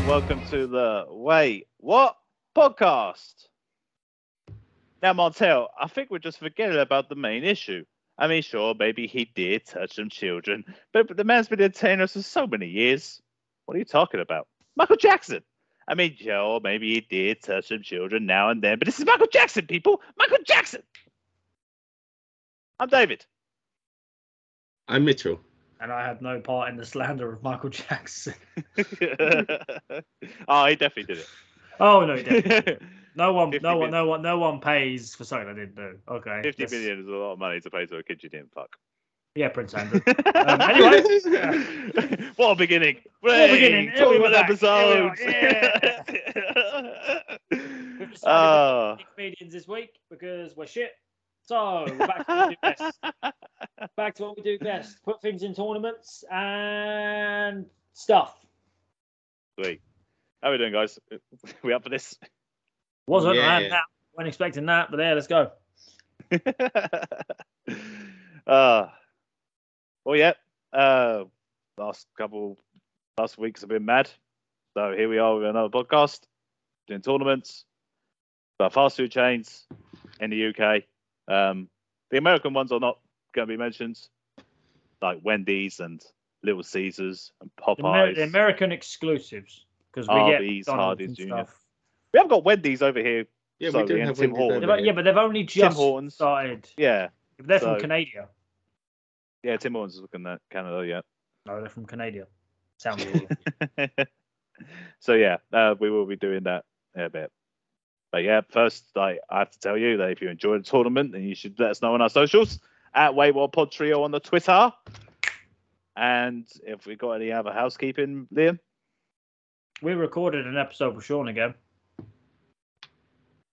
to the Wait What podcast. Now, Martel, I think we're just forgetting about the main issue. I mean, sure, maybe he did touch some children, but, but the man's been entertaining us for so many years. What are you talking about? Michael Jackson. I mean, sure, maybe he did touch some children now and then, but this is Michael Jackson, people. Michael Jackson. I'm David. I'm Mitchell. and I had no part in the slander of Michael Jackson. oh, he definitely did it. Oh no, he didn't. no one, 50 no million. one, no one, no one pays for something I didn't do. Okay, Fifty yes. million is a lot of money to pay to a kid you didn't fuck. Yeah, Prince Andrew. Um, anyway, what a beginning! a Hey, beginning. Here Talking we about are episodes. back. We've decided Ah. not to be comedians this week because we're shit. So we're back to what we do best. Back to what we do best: put things in tournaments and stuff. Sweet. How we doing, guys? We up for this? Wasn't Yeah. that, that wasn't expecting that, but there, let's go. uh, oh yeah. Uh, last couple, last weeks have been mad. So here we are with another podcast doing tournaments about fast food chains in the UK. Um, the American ones are not going to be mentioned, like Wendy's and Little Caesars and The, Amer- Popeyes. the American exclusives because we Arby's, get McDonald's Hardee's and Jr. stuff. we haven't got Wendy's over here. Yeah, Sorry, we do and have Tim Wendy's Hortons. over Yeah, but, here. yeah, but they've only just Hortons. started. Yeah, They're from So- Canada. yeah. Tim Hortons is looking at Canada. Yeah. No, they're from Canada. Sounds weird. so yeah, uh, we will be doing that in a bit. But yeah, first like, I have to tell you that if you enjoyed the tournament, then you should let us know on our socials at Wait What Pod Trio on the Twitter. And if we got any other housekeeping, Liam, we recorded an episode with Sean again.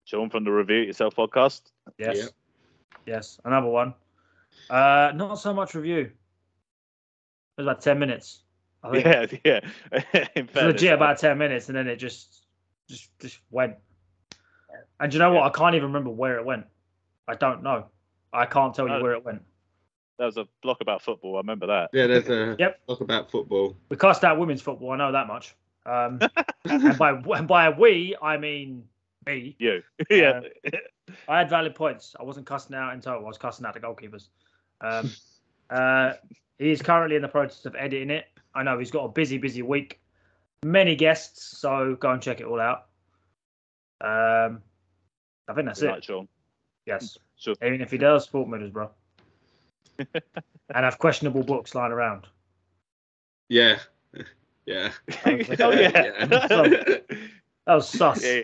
Sean from the Review It Yourself podcast. Yes. Yeah. Yes. Another one. Uh, not so much review. It was about 10 minutes. I think. Yeah, yeah. In It was fairness, legit about 10 minutes, and then it just just just went. And do you know what? I can't even remember where it went. I don't know. I can't tell No. you where it went. That was a block about football. I remember that. Yeah, there's a Yep. talk about football. We cast out women's football. I know that much. Um, and by and by we, I mean me. You, yeah. I had valid points. I wasn't cussing out in total. I was cussing out the goalkeepers. Um, uh, he is currently in the process of editing it. I know he's got a busy, busy week. Many guests, so go and check it all out. Um, I think that's Good night, it. Sean. Yes. Sure. Even if he does, sport murders, bro. and have questionable books lying around. Yeah. Yeah. like, oh Yeah. yeah. That was sus. yeah.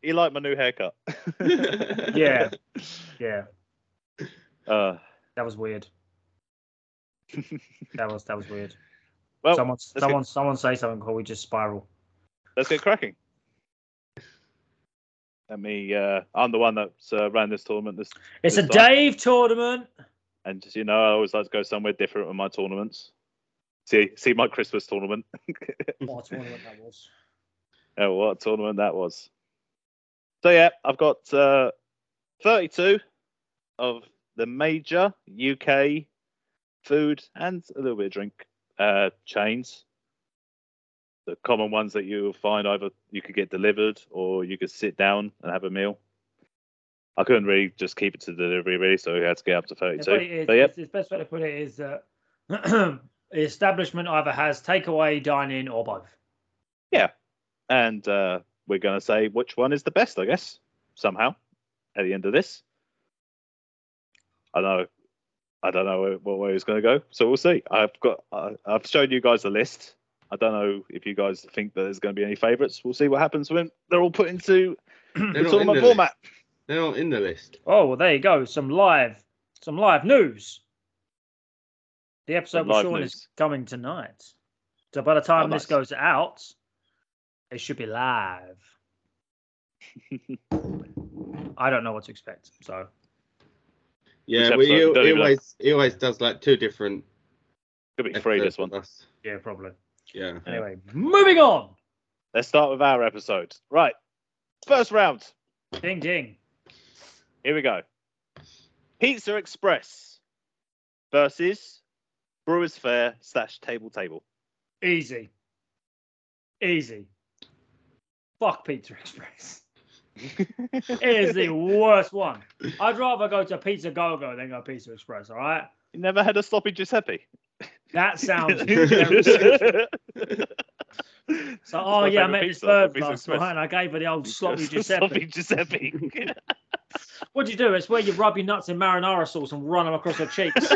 He liked my new haircut. Yeah. yeah. Uh, That was weird. that was that was weird. well, someone, get- someone, someone say something, or we just spiral. let's get cracking. Let me. Uh, I'm the one that uh, ran this tournament, this, It's a Good start. Dave tournament. and just you know, I always like to go somewhere different with my tournaments. See, see my Christmas tournament. What a tournament that was. Oh, what a tournament that was! So yeah, I've got uh, 32 of the major UK food and a little bit of drink uh, chains. The common ones that you will find either you could get delivered or you could sit down and have a meal. I couldn't really just keep it to delivery really, so we had to get up to Yeah, 32. but it is, but yep, it's, it's best way to put it is that the establishment either has takeaway, dining, or both. and uh, we're going to say which one is the best, I guess, somehow, at the end of this. I know, I don't know where, what way it's going to go, so we'll see. I've got, I, I've shown you guys the list. I don't know if you guys think that there's going to be any favourites. We'll see what happens when they're all put into the They're not in tournament the format. list. They're not in the list. Oh well, there you go. Some live, some live news. The episode Some with live Sean news. Oh, is coming tonight. So by the time nice. this goes out, it should be live. I don't know what to expect. So Which Yeah, but he, episode? Don't he even know. always he always does like two different Could be three this episodes one. with us. yeah, probably. Yeah. Yeah. Anyway, moving on. Let's start with our episode. Right, first round. Ding ding. Here we go. Pizza Express versus Brewers Fair slash Table Table. Easy. Easy. Fuck Pizza Express. it is the worst one. I'd rather go to Pizza Go Go than go Pizza Express. All right. You never had a sloppy Giuseppe. That sounds. terrible. so, so, oh yeah, I met this bird last night, and I gave her the old sloppy Giuseppe. Sloppy Giuseppe. What do you do? It's where you rub your nuts in marinara sauce and run them across her cheeks.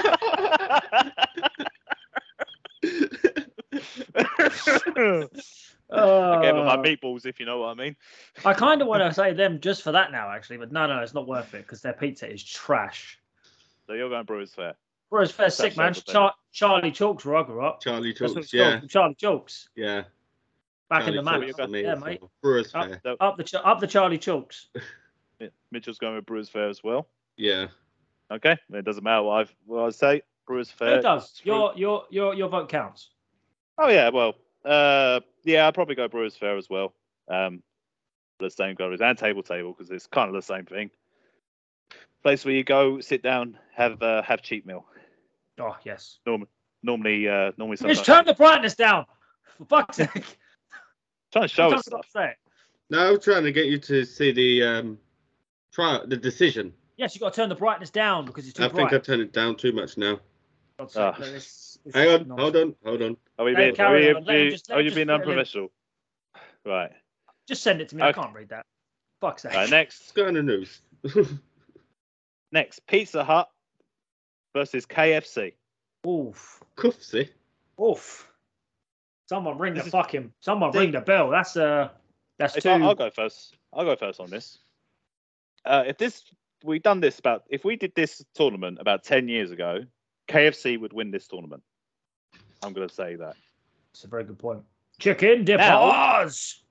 I gave her my Uh, meatballs, if you know what I mean. I kind of want to say them just for that now, actually, but no, no, it's not worth it because their pizza is trash. So you're going Brewers Fair. Whereas fair That's sick man, over Char- Charlie Chalks, where I grew up. Charlie That's what it's Talks, yeah, called, Charlie Chalks yeah. back in Charlie the Chalks for man. me Yeah, as mate. well. Brewers Oh. Fair, So Up the Ch- up the Charlie Chalks. yeah, Mitchell's going with Brewers Fair as well. yeah. Okay, it doesn't matter what, I've, what I say. Brewers Fair. Who does? Screw- Your your your your vote counts. Oh yeah, well, uh, yeah, I'd probably go Brewers Fair as well. Um, for the same goes and Table Table because it's kind of the same thing. Place where you go, sit down, have uh, have cheap meal. Oh yes. Normally, uh, normally Just sometimes turn the brightness down. For fuck's sake. trying to show us Just stuff. say it. No, I was trying to get you to see the um, trial, the decision. Yes, you got to turn the brightness down because it's too I think bright. I turned it down too much now. God's Ah. sake, no, this- this Hang is on, nonsense. hold on, hold on. Are we No, being? Are carry we, on, let him oh, you- just- let are him you just being fit it in. unprofessional? Right. Just send it to me. Okay. I can't read that. Fuck's sake. right. Let's Next, go on the news. next, Pizza Hut versus KFC. Oof. Cuffsy. Oof. Someone ring the This is- fucking. Someone ring the bell. That's uh. That's If two. I, I'll go first. I'll go first on this. Uh, if this we done this about if we did this tournament about ten years ago, KFC would win this tournament. I'm gonna say that It's a very good point. Chicken dippers.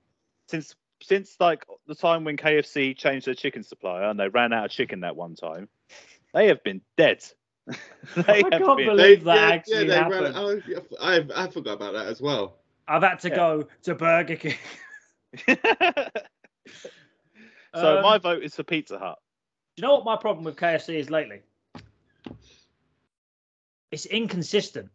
since since like the time when KFC changed their chicken supplier and they ran out of chicken that one time, they have been dead. I have can't been- believe- that actually happened. oh, yeah, I, I forgot about that as well. I've had to Yeah. go to Burger King. so Um, my vote is for Pizza Hut. Do you know what my problem with KFC is lately? It's inconsistent.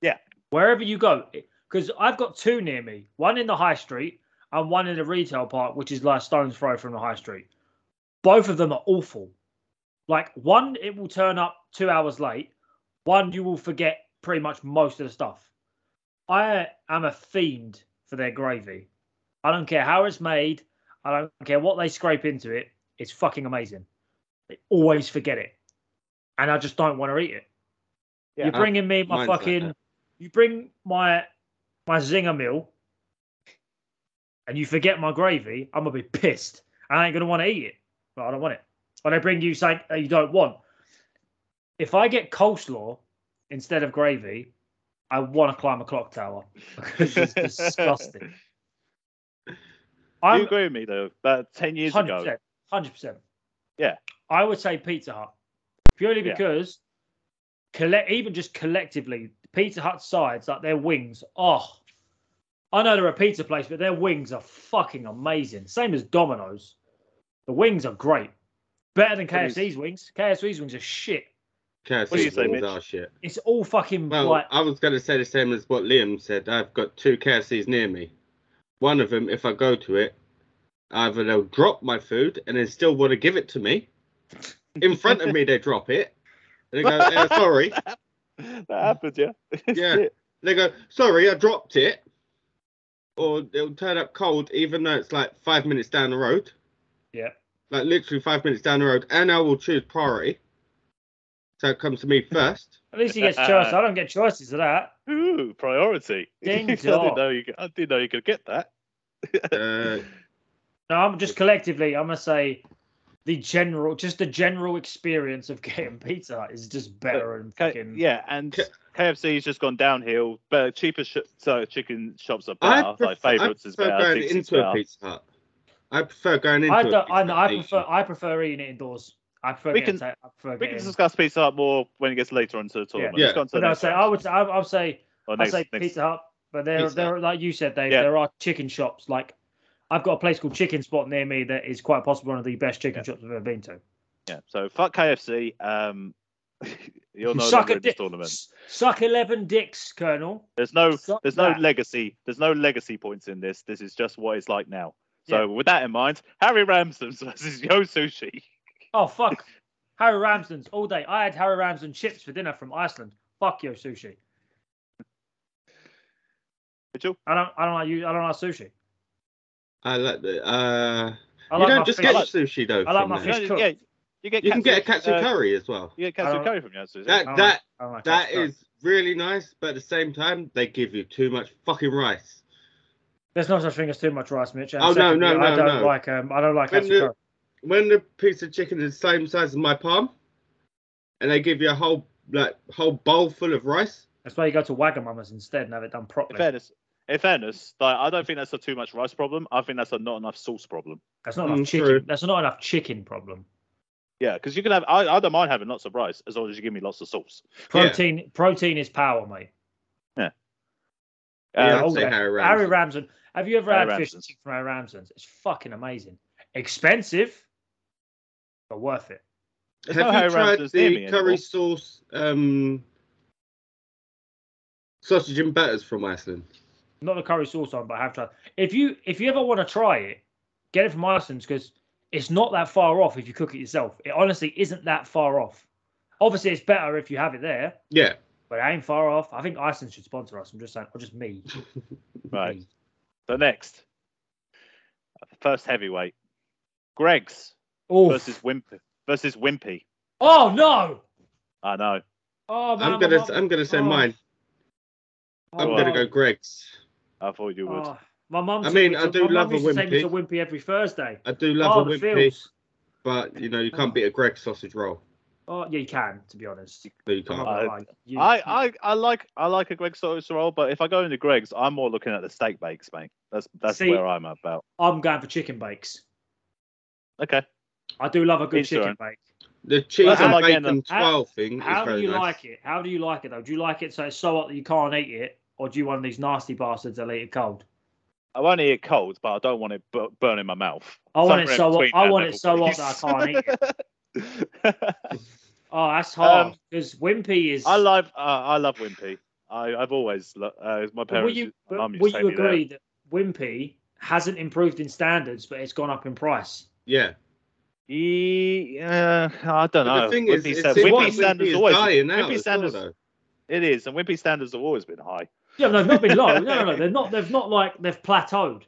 Yeah. Wherever you go, because I've got two near me, one in the high street and one in the retail park, which is like a stone's throw from the high street. Both of them are awful. Like one, it will turn up two hours late. One, you will forget pretty much most of the stuff. I am a fiend for their gravy. I don't care how it's made. I don't care what they scrape into it. It's fucking amazing. They always forget it, and I just don't want to eat it. Yeah, You're I- bringing me my mine's like fucking. that. you bring my my zinger meal, and you forget my gravy. I'm gonna be pissed. I ain't gonna want to eat it. But I don't want it. When I bring you something that you don't want, if I get coleslaw instead of gravy, I want to climb a clock tower because it's disgusting. Do I'm you agree with me though? About ten years ago, percent, hundred percent. Yeah. I would say Pizza Hut purely Yeah. because collect even just collectively Pizza Hut sides like their wings. Oh, I know they're a pizza place, but their wings are fucking amazing. Same as Domino's, the wings are great, better than What is- KFC's wings. KFC's wings are shit. KFC do you say, wins Mitch? our shit. It's all fucking Well, like I was going to say the same as what Liam said. I've got two KFCs near me. One of them, if I go to it, either they'll drop my food and they still want to give it to me. In front of me, they drop it. And they go, "Eh, sorry. that happened, yeah. Yeah. They go, sorry, I dropped it. Or it'll turn up cold, even though it's like five minutes down the road. Yeah. Like literally five minutes down the road. And I will choose priority. So it comes to me first. at least he gets choices. I don't get choices of that. Ooh, priority. Ding I dong. didn't know you. Could, I didn't know you could get that. Uh, No, I'm just collectively. I'm gonna say the general, just the general experience of getting pizza Hut is just better and K- fucking. yeah, and K- KFC's just gone downhill. But cheaper sh- so chicken shops are I better. pref- Ah, like favorites I is prefer better. going Dixie's into a better. Pizza Hut. I prefer going into I a Pizza don't. I, know, Hut I prefer. I prefer eating it indoors. I prefer. We getting can- ta- I prefer We getting. can discuss Pizza Hut more when it gets later into the tournament. Yeah. Let's go on to the but I next say round. I would. I, I would say. Or I next- say next- Pizza Hut, but there, Pizza there, are- like you said, Dave, Yeah. there are chicken shops. Like, I've got a place called Chicken Spot near me that is quite possibly one of the best chicken Yeah. shops I've ever been to. Yeah. So fuck KFC. Um, You're no suck longer a in this dick. tournament. Suck eleven dicks, Colonel. There's no Suck there's no that. legacy. There's no legacy points in this. This is just what it's like now. So Yeah. with that in mind, Harry Ramsden versus Yo Sushi. Oh fuck. Harry Ramsden's all day. I had Harry Ramsden chips for dinner from Iceland. Fuck your sushi. Mitchell, I don't. I don't like you. I don't like sushi. I like the. Uh, I you like don't my just fish. get I like- sushi though. I like from my there. you, fish. know, cooked. yeah, you get You can get a catfish, katsu uh, curry as well. you get I katsu don't- curry from Yo Sushi. That I like- that I don't like that fish. is really nice, but at the same time, they give you too much fucking rice. There's no such thing as too much rice, Mitch. And Oh, no, secondly, no, I no, don't no. like. Um, I don't like. When Hatsu the- curry. When the piece of chicken is the same size as my palm, and they give you a whole like whole bowl full of rice, That's why you go to Wagamama's instead and have it done In properly. fairness, in fairness, like, I don't think that's a too much rice problem. I think that's a not enough sauce problem. That's not Mm, enough chicken. true. That's not enough chicken problem. Yeah, because you can have. I, I don't mind having lots of rice as long as you give me lots of sauce. Protein. Protein is power, mate. Uh, yeah, I'd all say that. Harry oh, Harry Ramsden. Ramsden. Have you ever Harry had fish Ramsden's. chips from Harry Ramsden's? It's fucking amazing. Expensive, but worth it. There's Have no you Harry tried Ramsden's near the me curry anymore. sauce um, sausage and batters from Iceland? Not the curry sauce on, but I have tried. If you if you ever want to try it, get it from Iceland's because it's not that far off if you cook it yourself. It honestly isn't that far off. Obviously, it's better if you have it there, Yeah, but it ain't far off. I think Iceland should sponsor us. I'm just saying, or just me. Right. Me. So next, first heavyweight, Greg's Oof. versus Wimp versus Wimpy. Oh no! I know. Oh man, I'm gonna my mum- I'm gonna say oh, mine. I'm Oh, gonna wow. go Greg's. I thought you would. oh, my mum. I took mean, me I to- do my love mum a used to take me to Wimpy. Wimpy every Thursday. I do oh, love a the Oh. wimpy, feels. but you know you can't beat a Greg sausage roll. Oh yeah, you can. To be honest, No, you I'm can't. not gonna I- lie. You- Uh, I, I, I like I like a Greg sausage roll, but if I go into Greg's, I'm more looking at the steak bakes, mate. That's that's See- where I'm about. I'm going for chicken bakes. Okay. I do love a good Each their chicken bake. The cheese That's and like getting bacon a- how- twelve thing is How do very you nice. like it? How do you like it though? Do you like it so it's so hot that you can't eat it, or do you want these nasty bastards that eat it cold? I won't eat it cold, but I don't want it bu- burning my mouth. I want it Somewhere so between hot- I that want level, it so hot that I can't eat it. Oh, that's hard because Wimpy is. Um, I love uh, I love Wimpy. I, I've always lo- uh, my But Will parents. you, my but mum used will to take you me there. agree that Wimpy hasn't improved in standards, but it's gone up in price? Yeah. Ye- uh, I don't But know. the thing Wimpy is, it's stand- it's Wimpy what Wimpy standards is always. dying out Wimpy as well, standards. though. it is, and Wimpy standards have always been high. Yeah, no, they've not been low. No, no, no. They're not. They've not like they've plateaued.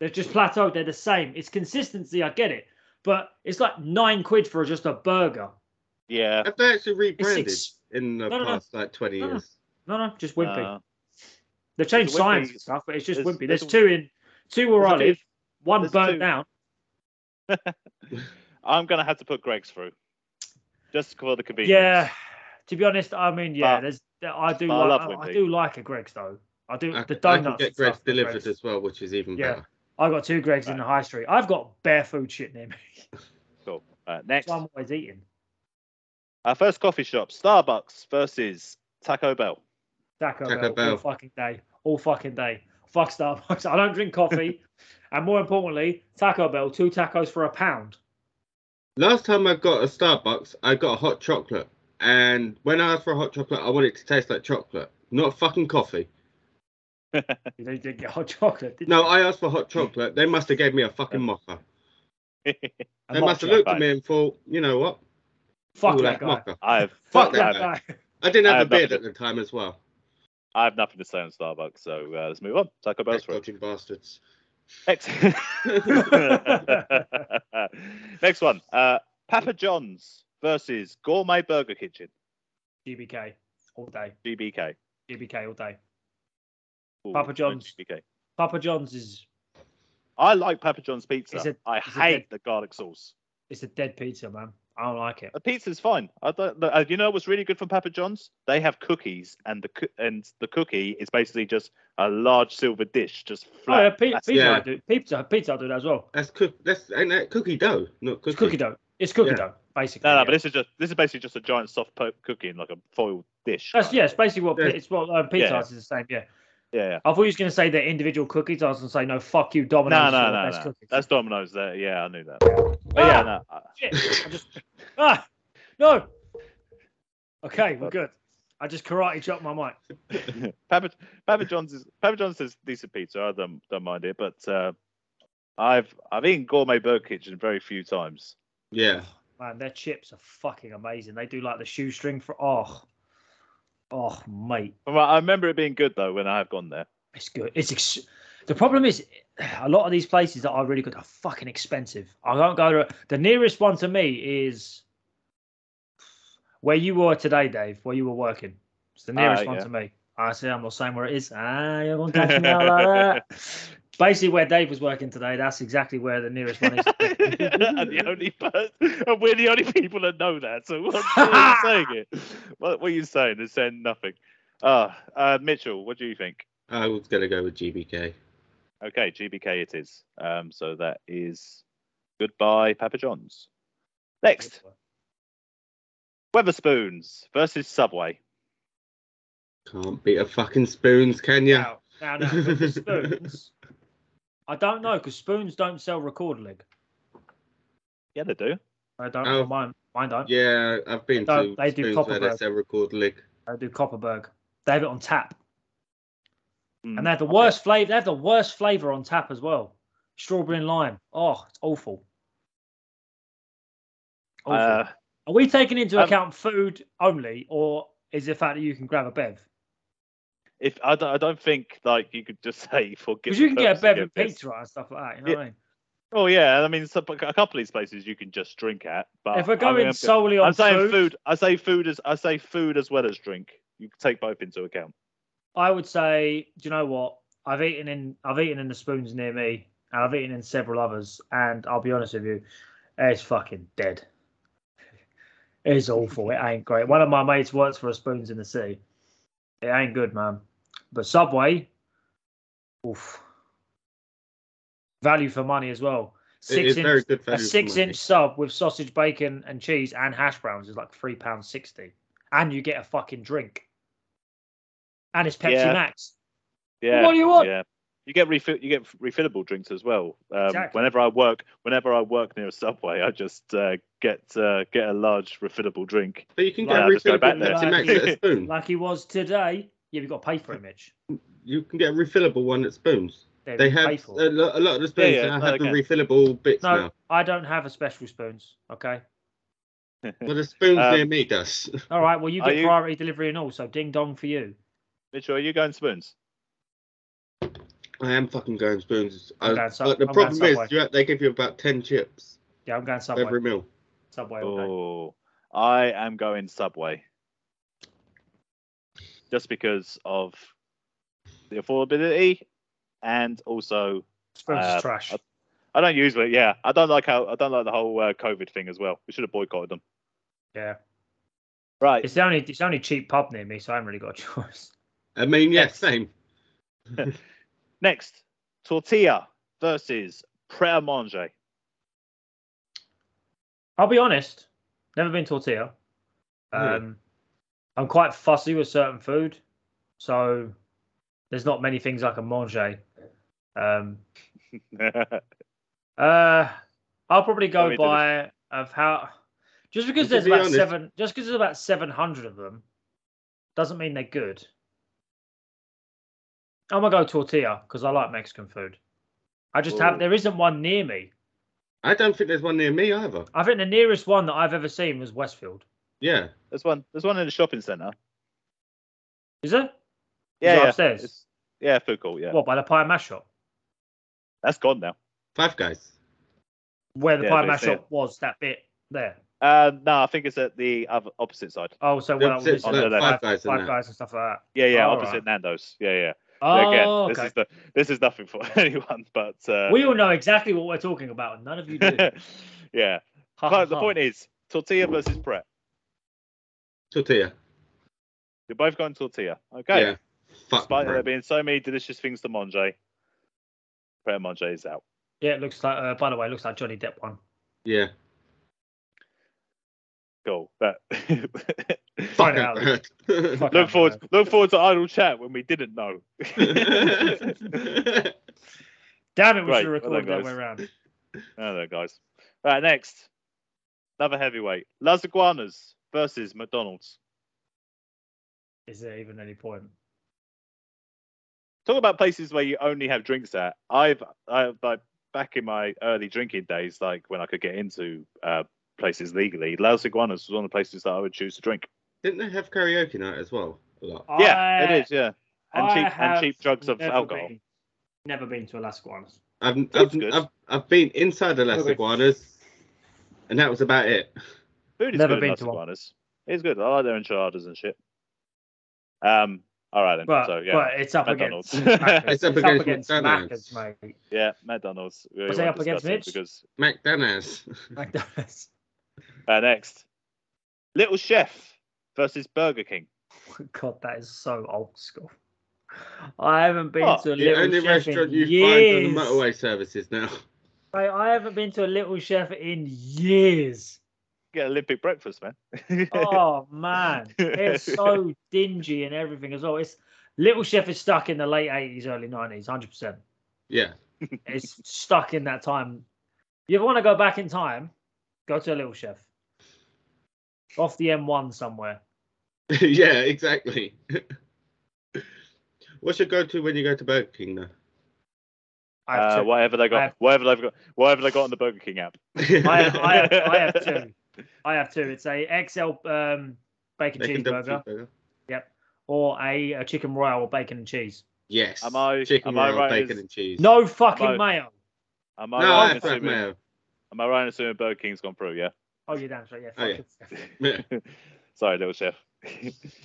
They've just plateaued. They're the same. It's consistency. I get it, but it's like nine quid for just a burger. Yeah. Have they actually rebranded ex- in the No, no, no. past like twenty No, no. years? No, no, just Wimpy. uh, they've changed Wimpy- signs and stuff, but it's just there's- Wimpy. there's There's a- two in two where there's I a live. bit- One there's burnt two. down. I'm gonna have to put Greg's through, just for the convenience. Yeah. To be honest, I mean, yeah. But- there's I do. but I Like, love I, I Wimpy. do like a Greg's though. I do I, the I can donuts. get and stuff Greg's from delivered Greg's. as well, which is even Yeah. better. I've got two Greg's in the high street. I've got bare food shit near me. Cool. Uh, next, So I'm always eating. our first coffee shop: Starbucks versus Taco Bell. Taco, Taco Bell, Bell. all fucking day, all fucking day. Fuck Starbucks. I don't drink coffee, and more importantly, Taco Bell. Two tacos for a pound. Last time I got a Starbucks, I got a hot chocolate, and when I asked for a hot chocolate, I want it to taste like chocolate, not fucking coffee. You don't drink your hot chocolate. Did No, you? I asked for hot chocolate. They must have gave me a fucking mocha. A They mock must have shot. looked at bad. me and thought, you know what? Fuck Ooh, that guy. mocha. I've Fuck that I've, guy. guy. I didn't I have a have nothing beard to- at the time as well. I have nothing to say on Starbucks, so uh, let's move on. Taco Bell's Those through. dodging bastards. Next. Next one. Uh, Papa John's versus Gourmet Burger Kitchen, GBK all day. GBK. GBK all day. Ooh, Papa John's. GBK. Papa John's is I like Papa John's pizza. Is it- I is it hate the garlic sauce. it's a dead pizza, man. I don't like it. The pizza's fine. I don't. Uh, you know what's really good from Papa John's? They have cookies, and the coo- and the cookie is basically just a large silver dish, just Oh, yeah, flat. pi- That's- pizza. yeah. I do pizza. Pizza. I do that as well. That's cook. That's ain't that cookie dough, not cookie. It's cookie dough. It's cookie Yeah. dough, basically. No, no, yeah. but this is just this is basically just a giant soft po- cookie in like a foil dish. that's kind yeah. It's basically what Yeah. it's what um, pizza Yeah. Hut is the same. Yeah. of- yeah, yeah. I thought you was going to say they're individual cookies. I was going to say, no, fuck you, No, Domino's. no, for no, best no. cookies. Ah, That's Domino's. There, yeah, I knew that. But yeah, no. I- Shit. I just, ah, no. Okay, we're good. I just karate chopped my mic. Papa, Papa John's is Papa John's is decent pizza. I don't don't mind it, but uh, I've I've eaten gourmet burger kitchen very few times. Yeah. Man, their chips are fucking amazing. They do like the shoestring for oh, oh mate, But I remember it being good though when I have gone there. it's good. It's ex- the problem is a lot of these places that are really good are fucking expensive. I don't go to the nearest one to me is where you were today, Dave, where you were working. It's the nearest Ah, one yeah. to me. I see. I'm not saying where it is. Ah, you're gonna catch me out like that. Basically, where Dave was working today, that's exactly where the nearest one is. and the only person, and we're the only people that know that. So what, what are you saying? It. What, what are you saying? It's saying nothing. Uh, uh, Mitchell, what do you think? I was gonna go with GBK. Okay, GBK it is. Um, so that is goodbye, Papa John's. Next, Weatherspoons versus Subway. Can't beat a fucking spoons, can you? Now, now, now with the spoons. I don't know because spoons don't sell record leg. Yeah, they do. I don't. Oh. Oh. Mine, mine don't. Yeah, I've been They to don't- they do spoons copper where they bread. sell record lick. I uh, do Copperberg. They have it on tap, Mm. and they have the worst flavor. They have the worst flavor on tap as well. Strawberry and lime. Oh, it's awful. Awful. Uh, Are we taking into um, account food only, or is the fact that you can grab a bev? if I don't, I don't think like you could just say for Because you can get a bev and this. pizza and stuff like that. You know what I mean? Oh yeah, I mean so, a couple of these places you can just drink at. But if we're I mean, going I'm- solely on I'm saying food, food. I say food as I say food as well as drink. You can take both into account. I would say, do you know what? I've eaten in I've eaten in the spoons near me, and I've eaten in several others, and I'll be honest with you, it's fucking dead. It's awful. It ain't great. One of my mates works for a spoons in the sea. It ain't good, man. But Subway, oof. Value for money as well. It Six is very inch good value. a for six money. inch sub with sausage, bacon, and cheese and hash browns is like three pounds sixty. And you get a fucking drink. And it's Pepsi Yeah. Max. Yeah. what do you want? Yeah. You get refill. You get refillable drinks as well. Um, Exactly. Whenever I work, whenever I work near a subway, I just uh, get uh, get a large refillable drink. But you can Right, get I'll just go refillable back there. Pepsi Max at a spoon. Like he was today. Yeah, we've got to pay for it, Mitch. You can get a refillable one at spoons. They, They we pay have for a it. lot, a lot of the spoons Yeah, yeah, now no, have the they refillable bits No, now. I don't have a special spoons. Okay. But the spoons Um, near me does. All right. Well, you Are get you- priority delivery and all, so ding dong for you. Mitchell, are you going spoons? I am fucking going spoons. I, I'm going Sub- but the I'm going problem is, Subway. you, they give you about ten chips Yeah, I'm going Subway. every meal. Subway. all day. Oh, I am going Subway. Just because of the affordability, and also Spoons Uh, is trash. I- I don't usually. Yeah, I don't like how I don't like the whole uh, COVID thing as well. We should have boycotted them. yeah. Right. It's the only it's the only cheap pub near me, so I haven't really got a choice. I mean, yeah, Yes. same. Next, tortilla versus pret a manger. I'll be honest. Never been tortilla. Um, Really? I'm quite fussy with certain food, so there's not many things I can manger. Um, uh, I'll probably Let go me do by of how. Just because To there's be about honest- seven, just because there's about seven hundred of them, doesn't mean they're good. I'm gonna go tortilla because I like Mexican food. I just Ooh. have there isn't one near me. I don't think there's one near me either. I think the nearest one that I've ever seen was Westfield. Yeah, there's one. There's one in the shopping centre. Is it? Yeah, it yeah. upstairs? It's- yeah, food court. Yeah, What by the pie and mash shop? that's gone now. Five Guys. Where the Yeah, pie but and mash it's there. shop was that bit there. Uh, no, I think it's at the other, opposite side. Oh, so The when I was opposite side, visiting Five five, Guys and five that. guys and stuff like Yeah, yeah, Oh, opposite alright. Nando's. Yeah, yeah. that. So again, Oh, this okay. is the this is nothing for anyone, but uh, we all know exactly what we're talking about, and none of you do. yeah. But the point is, tortilla versus pret. Tortilla. You're both going tortilla. Okay. Yeah. Fuck. Despite there bread. being so many delicious things to Monje, Pret a Manger is out. yeah, it looks like. Uh, by the way, it looks like Johnny Depp one. Yeah. Cool. That Fuck Find out. it, bread. look Fuck that, forward man. look forward to idle chat when we didn't know. Damn it, we Right, should have well done, recorded that guys. way around. Oh there guys. Right, next. Another heavyweight. Las Iguanas versus McDonald's. Is there even any point? Talk about places where you only have drinks at. I've, I've like back in my early drinking days, like when I could get into uh, places legally, Los Iguanas was one of the places that I would choose to drink. Didn't they have karaoke night as well? A lot. yeah, I- it is. Yeah, and I cheap and have cheap drugs of never alcohol. been- never been to Alaska Islands. I've Food's I've, good. I've I've been inside the Las Okay. Iguanas, and that was about it. Food is Never good been in Las to one. Iguanas. It's good. I like their enchiladas and shit. Um. All right then. But, so yeah, but it's up McDonald's. against Macca's. It's up against McDonald's. Macca's, mate. yeah, McDonald's. We Was they won't up against discuss it Mitch? Because McDonald's. McDonald's. uh, next, Little Chef versus Burger King. God, that is so old school. I haven't been What? to a Oh, the little only chef in restaurant you years. find on the motorway services now. Mate, I haven't been to a little chef in years. Get Olympic breakfast, man. Oh man, they're so dingy and everything as well. It's Little Chef is stuck in the late eighties, early nineties, hundred percent. Yeah. It's stuck in that time. You ever want to go back in time? Go to a Little Chef. Off the M1 somewhere. yeah, exactly. What's your go-to when you go to Burger King though? I have Uh, two. whatever they got, I have- whatever they've got, whatever they got on the Burger King app. I have, I have, I have two. I have two. It's a XL um, bacon Bacon double cheeseburger cheeseburger. or a, a chicken royal with bacon and cheese. Yes. Am I- chicken am I roll, right bacon as- and cheese? No fucking Oh. No. mayo. Am no, I I right? in have fried assuming, mayo. am I right in assuming Burger King's gone through? Yeah. Oh, you're damn straight. Yeah. Oh, fuck it. Sorry, Little Chef.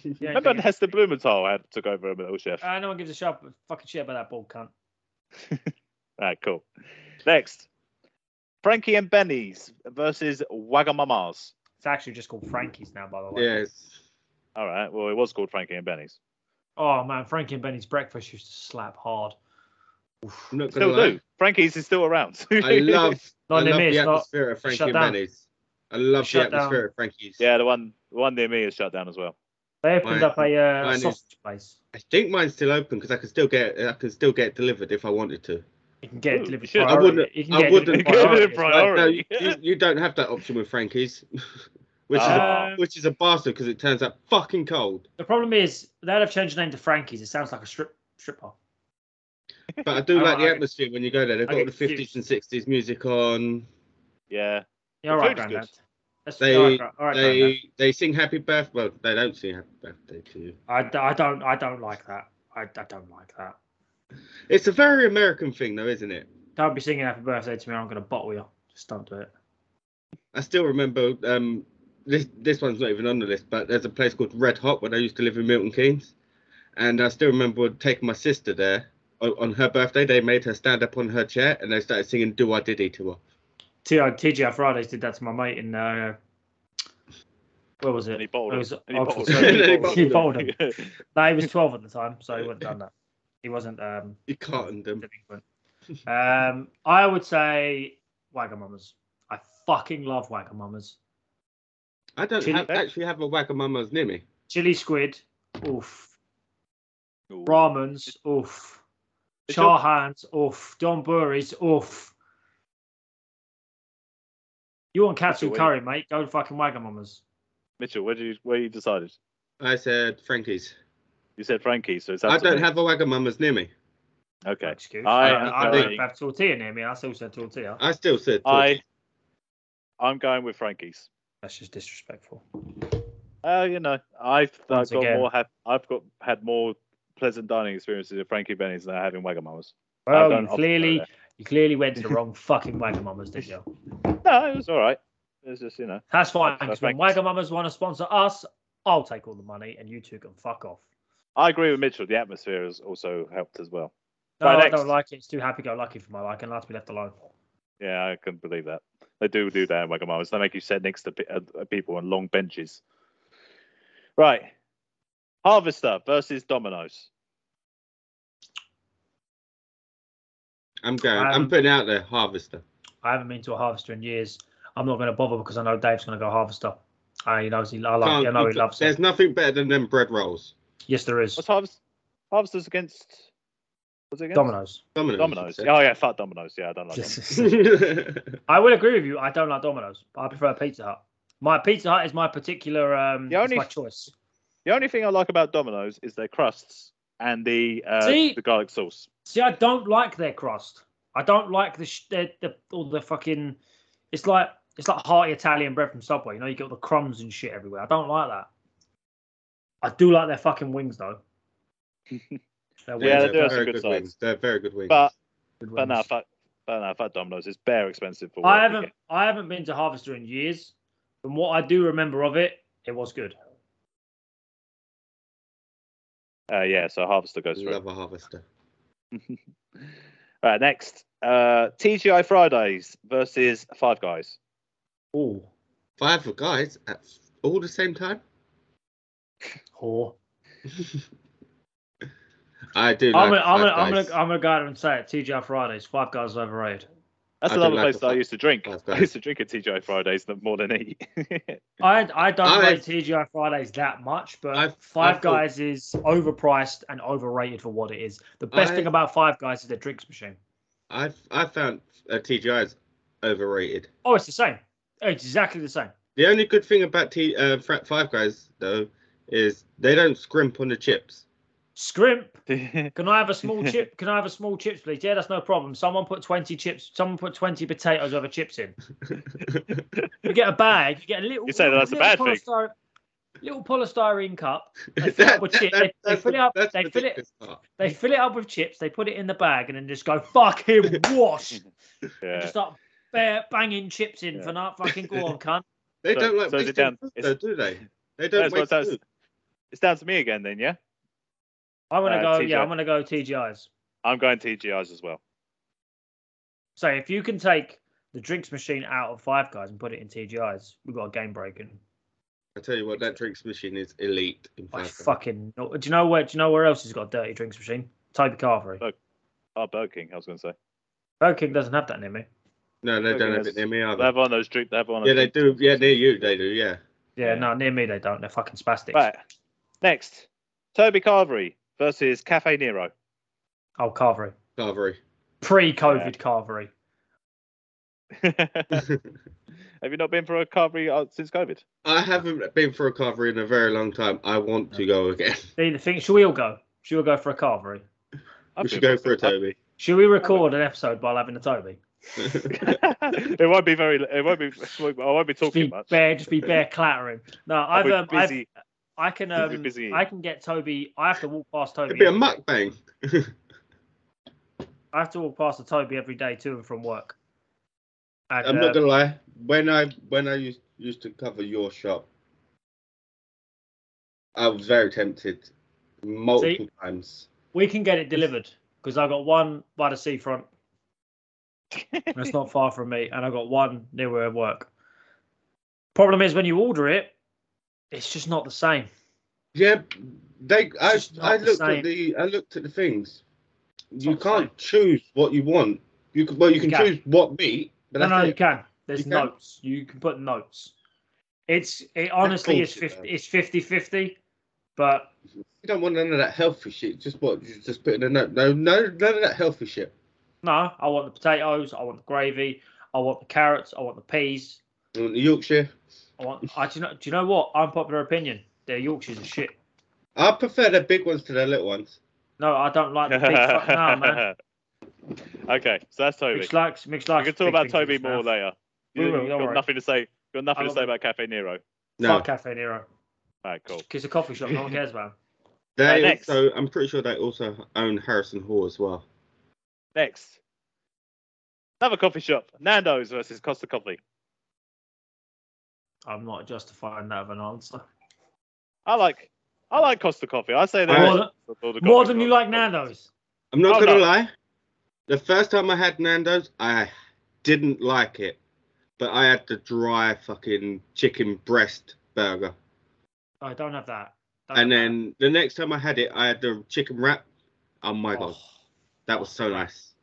Yeah, Remember yeah. Hester Blumenthal had took over a Little Chef. Uh, no one gives a shit, fucking shit about that bald cunt. All right, cool. Next, Frankie and Benny's versus Wagamama's. It's actually just called Frankie's now, by the way. yes. All right, well, it was called Frankie and Benny's. Oh man, Frankie and Benny's breakfast used to slap hard. I'm not gonna Still lie. do. Frankie's is still around. I love, I Not love near me, the it's not- atmosphere of Frankie shut and down. Benny's. I love the Shut down. atmosphere of Frankie's. yeah, the one, the one near me is shut down as well. They opened Mine- up a uh, mine is- sausage place. I think mine's still open because I can still get I can still get it delivered if I wanted to. You can get Ooh, it delivered. shit. I priority. wouldn't- You can I get it delivered wouldn't- priority Give it a as well. priority. But no, Alright. you, you don't have that option with Frankie's, which is a, Ah. Um, which is a bastard because it turns out fucking cold. the problem is they'd have changed the name to Frankie's. It sounds like a strip strip bar. But I do I- like I- the atmosphere when you go there. They've I got all get the fifties confused. and sixties music on. Yeah, Yeah, all The right, food is Grandad. good. That's They- all right, gra- all right Grandad. They they sing Happy Birthday. Well, they don't sing Happy Birthday to you. I, d- I don't I don't like that. I, I don't like that. It's a very American thing, though, isn't it? Don't be singing happy birthday to me. or I'm gonna bottle you. Just don't do it. I still remember um, this this one's not even on the list, but there's a place called Red Hot when I used to live in Milton Keynes, and I still remember taking my sister there on, on her birthday. They made her stand up on her chair and they started singing "Do I Diddy" to her. T- uh, TGI Fridays did that to my mate in uh, where was and he it? bottled It it. was And he bottled it. And he Oxford. so bottled He it. bottled him. it. No, he was 12 at the time, so he wouldn't have done that. He wasn't um, You cartoned them. delinquent. Um, I would say Wagamama's. I fucking love Wagamama's. I don't Chili have, pepper? actually have a Wagamama's near me. Chili squid, oof. Ooh. Ramens, oof. It's your- Chahans, oof. Donburi's, oof. You want your katsu way. curry, mate? Go to fucking Wagamama's. Mitchell, where did you where you decided? I said Frankie's. You said Frankie, so it's up I to don't me. have a Wagamama's near me. Okay, Excuse. I- I, I I, think- have tortilla near me. I still said tortilla. I still said I, I'm going with Frankie's. That's just disrespectful. Uh, you know, I've uh, Once got again. more. Have, I've got had more pleasant dining experiences at Frankie Benny's than I have in Wagamama's. I Well, don't you often go clearly, there. you clearly went to the wrong fucking Wagamama's, did you? No, it was all right. It was just you know, That's fine. That's Because when right. Wagamama's want to sponsor us, I'll take all the money, and you two can fuck off. I agree with Mitchell. The atmosphere has also helped as well. No, Right, I next. don't like it. It's too happy-go-lucky for my liking. I like to be left alone. Yeah, I couldn't believe that. They do do that in Wagamama's. They make you sit next to pe- uh, uh, people on long benches. Right, Harvester versus Domino's. I'm going. Um, I'm putting out there Harvester. I haven't been to a harvester in years. I'm not going to bother because I know Dave's going to go harvester. Uh, he knows he, I like. Can't I know he comp- loves There's it. nothing better than them bread rolls. Yes, there is. What's Harvest? Harvester's against. Was it against Dominoes. Domino's. Domino's. you Oh yeah, fuck Domino's. Yeah, I don't like. Domino's. said. I will agree with you. I don't like Domino's, but I prefer Pizza Hut. My Pizza Hut is my particular um, The it's only- my choice. The only thing I like about Domino's is their crusts and the uh, See? the garlic sauce. See, I don't like their crust. I don't like the sh- the, the all the fucking. It's like it's like hearty Italian bread from Subway. You know, you get all the crumbs and shit everywhere. I don't like that. I do like their fucking wings though. Their Yeah, wings they they're are do have some very good good sides. wings. They're very good wings. But good but no, wings. fuck, but no, fuck Domino's. It's bare expensive for. what I you haven't get. I haven't been to Harvester in years. From what I do remember of it, it was good. Uh, yeah, so Harvester goes through. Love a harvester. All right, next. Uh, TGI Fridays versus Five Guys. Oh, Five guys at all the same time. whore. I do. Like I'm gonna, I'm gonna, Five I'm gonna, Guys. I'm gonna go out and say it. TGI Fridays, Five Guys is overrated. That's I do another like place the that I Five- used to drink. Five I Guys. used to drink at TGI Fridays more than eat. I, I don't I- rate TGI Fridays that much, but I- I Five thought- Guys is overpriced and overrated for what it is. The best I- thing about Five Guys is their drinks machine. I I found uh, TGI's overrated. Oh, it's the same. It's exactly the same. The only good thing about T uh, Fra- Five Guys though is they don't scrimp on the chips. Scrimp. That's Can I have a small chip? Can I have a small chips, please? Yeah, that's no problem. Someone put twenty chips. Someone put twenty potatoes over chips in. You get a bag. You get a little. You say that that's a little bad thing. polystyrene- Little polystyrene cup. They fill That- up with chip. that- They, they that's fill it the- up. that's They the fill it. ridiculous part. They fill it up with chips. They put it in the bag and then just go fucking wash. and yeah. just start ba- banging chips in Yeah. for not fucking go on, cunt. They So- don't like so is it wasting down- food, it's- though, do they? They That's don't what waste that's- food. It's down to me again then, yeah? I'm gonna Uh, go. TGI. Yeah, I'm gonna go TGI's. I'm going TGI's as well. So if you can take the drinks machine out of Five Guys and put it in TGI's, we've got a game breaking. I tell you what, that drinks machine is elite. In I Five Guys. fucking. know- Do you know where? Do you know where else has got a dirty drinks machine? Toby Carvery. Oh. Oh, Burger King, I was going to say. Burger King doesn't have that near me. No, they don't have Yes. it near me They either. have one of those drink. They have one of Yeah, those they do. Yeah, near you, they do. Yeah. Yeah, Yeah. no, near me they don't. They're fucking spastics. Right. Next, Toby Carvery versus Cafe Nero. Oh, Carvery. Carvery. Pre-COVID Carvery. Have you not been for a Carvery uh, since COVID? I haven't been for a carvery in a very long time. I want to go again. See, the thing. Should we all go? Should we all go for a Carvery? I've we should been go for a Toby. Should we record an episode while having a Toby? it won't be very. It won't be. I won't be Just talking be much. bare, just be bare clattering. No, I'll I've be um, I've, busy. I can I'll be um, busy. I can get Toby. I have to walk past Toby. It'd be a every day. mukbang. I have to walk past a Toby every day to and from work. And, I'm uh, not gonna lie. When I when I used used to cover your shop, I was very tempted multiple times. We can get it delivered because I got one by the seafront. That's not far from me, and I got one near where I work. Problem is, when you order it, it's just not the same. Yeah, they. I, just not I the looked same. at the. I looked at the things. It's you not the same. can't choose what you want. You can. Well, you You can, can. choose what meat. But no, that's no, it. you can. There's You can. notes. You can put notes. It's it honestly is bullshit, fifty. man. It's 50-50, but You don't want none of that healthy shit. Just what you just put in a note. No, no, none of that healthy shit. no. I want the potatoes. I want the gravy. I want the carrots. I want the peas. You want the Mm, Yorkshire. I want. I do you know. Do you know what? Unpopular opinion. They're Yorkshire's are shit. I prefer the big ones to the little ones. No, I don't like the big. fuck- no, man. okay, so that's Toby. Mix likes, mix likes. We can talk about Toby more later. We You, will, have don't got worry. nothing to say. You've got I nothing to love say it. about Cafe Nero. All No, Fuck Cafe Nero. right, cool. It's a coffee shop. No one cares about. 'em. Uh, they next. also. I'm pretty sure they also own Harrison Hall as well. Next, another coffee shop. Nando's versus Costa Coffee. I'm not justifying that of an answer. I like. I like Costa Coffee. I say that More than, more than you like Nando's. Nando's. I'm not Oh, gonna no. lie. The first time I had Nando's, I didn't like it, but I had the dry fucking chicken breast burger. I don't have that. Don't And have then the next time I had it, I had the chicken wrap. Oh my that. god, Oh, that was so nice.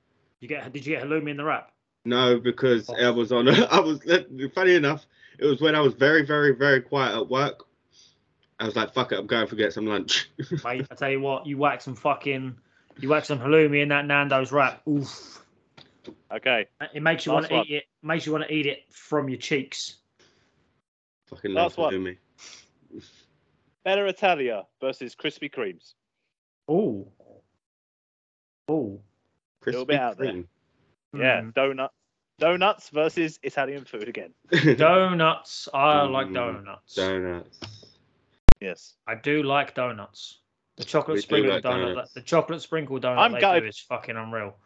you get? Did you get halloumi in the wrap? No, because Oh. I was on. A, I was funny enough. It was when I was very, very, very quiet at work. I was like, "Fuck it, I'm going to get some lunch." Mate, I tell you what, you whack some fucking, you whack some halloumi in that Nando's wrap. Oof! Okay, It makes you want Last to one. eat it. Makes you want to eat it from your cheeks. fucking Last one. love to do me. Bella Italia versus Krispy Kremes. Oh. Oh. Little bit out there. Krispy Hmm. Hmm. Yeah, donut. Donuts versus Italian food again. Kreme. Donuts. I like Mm, donuts. Donuts. Yes. I do like donuts. The chocolate We do sprinkle like donut. donuts. The chocolate sprinkle donut I'm they go- do is fucking unreal.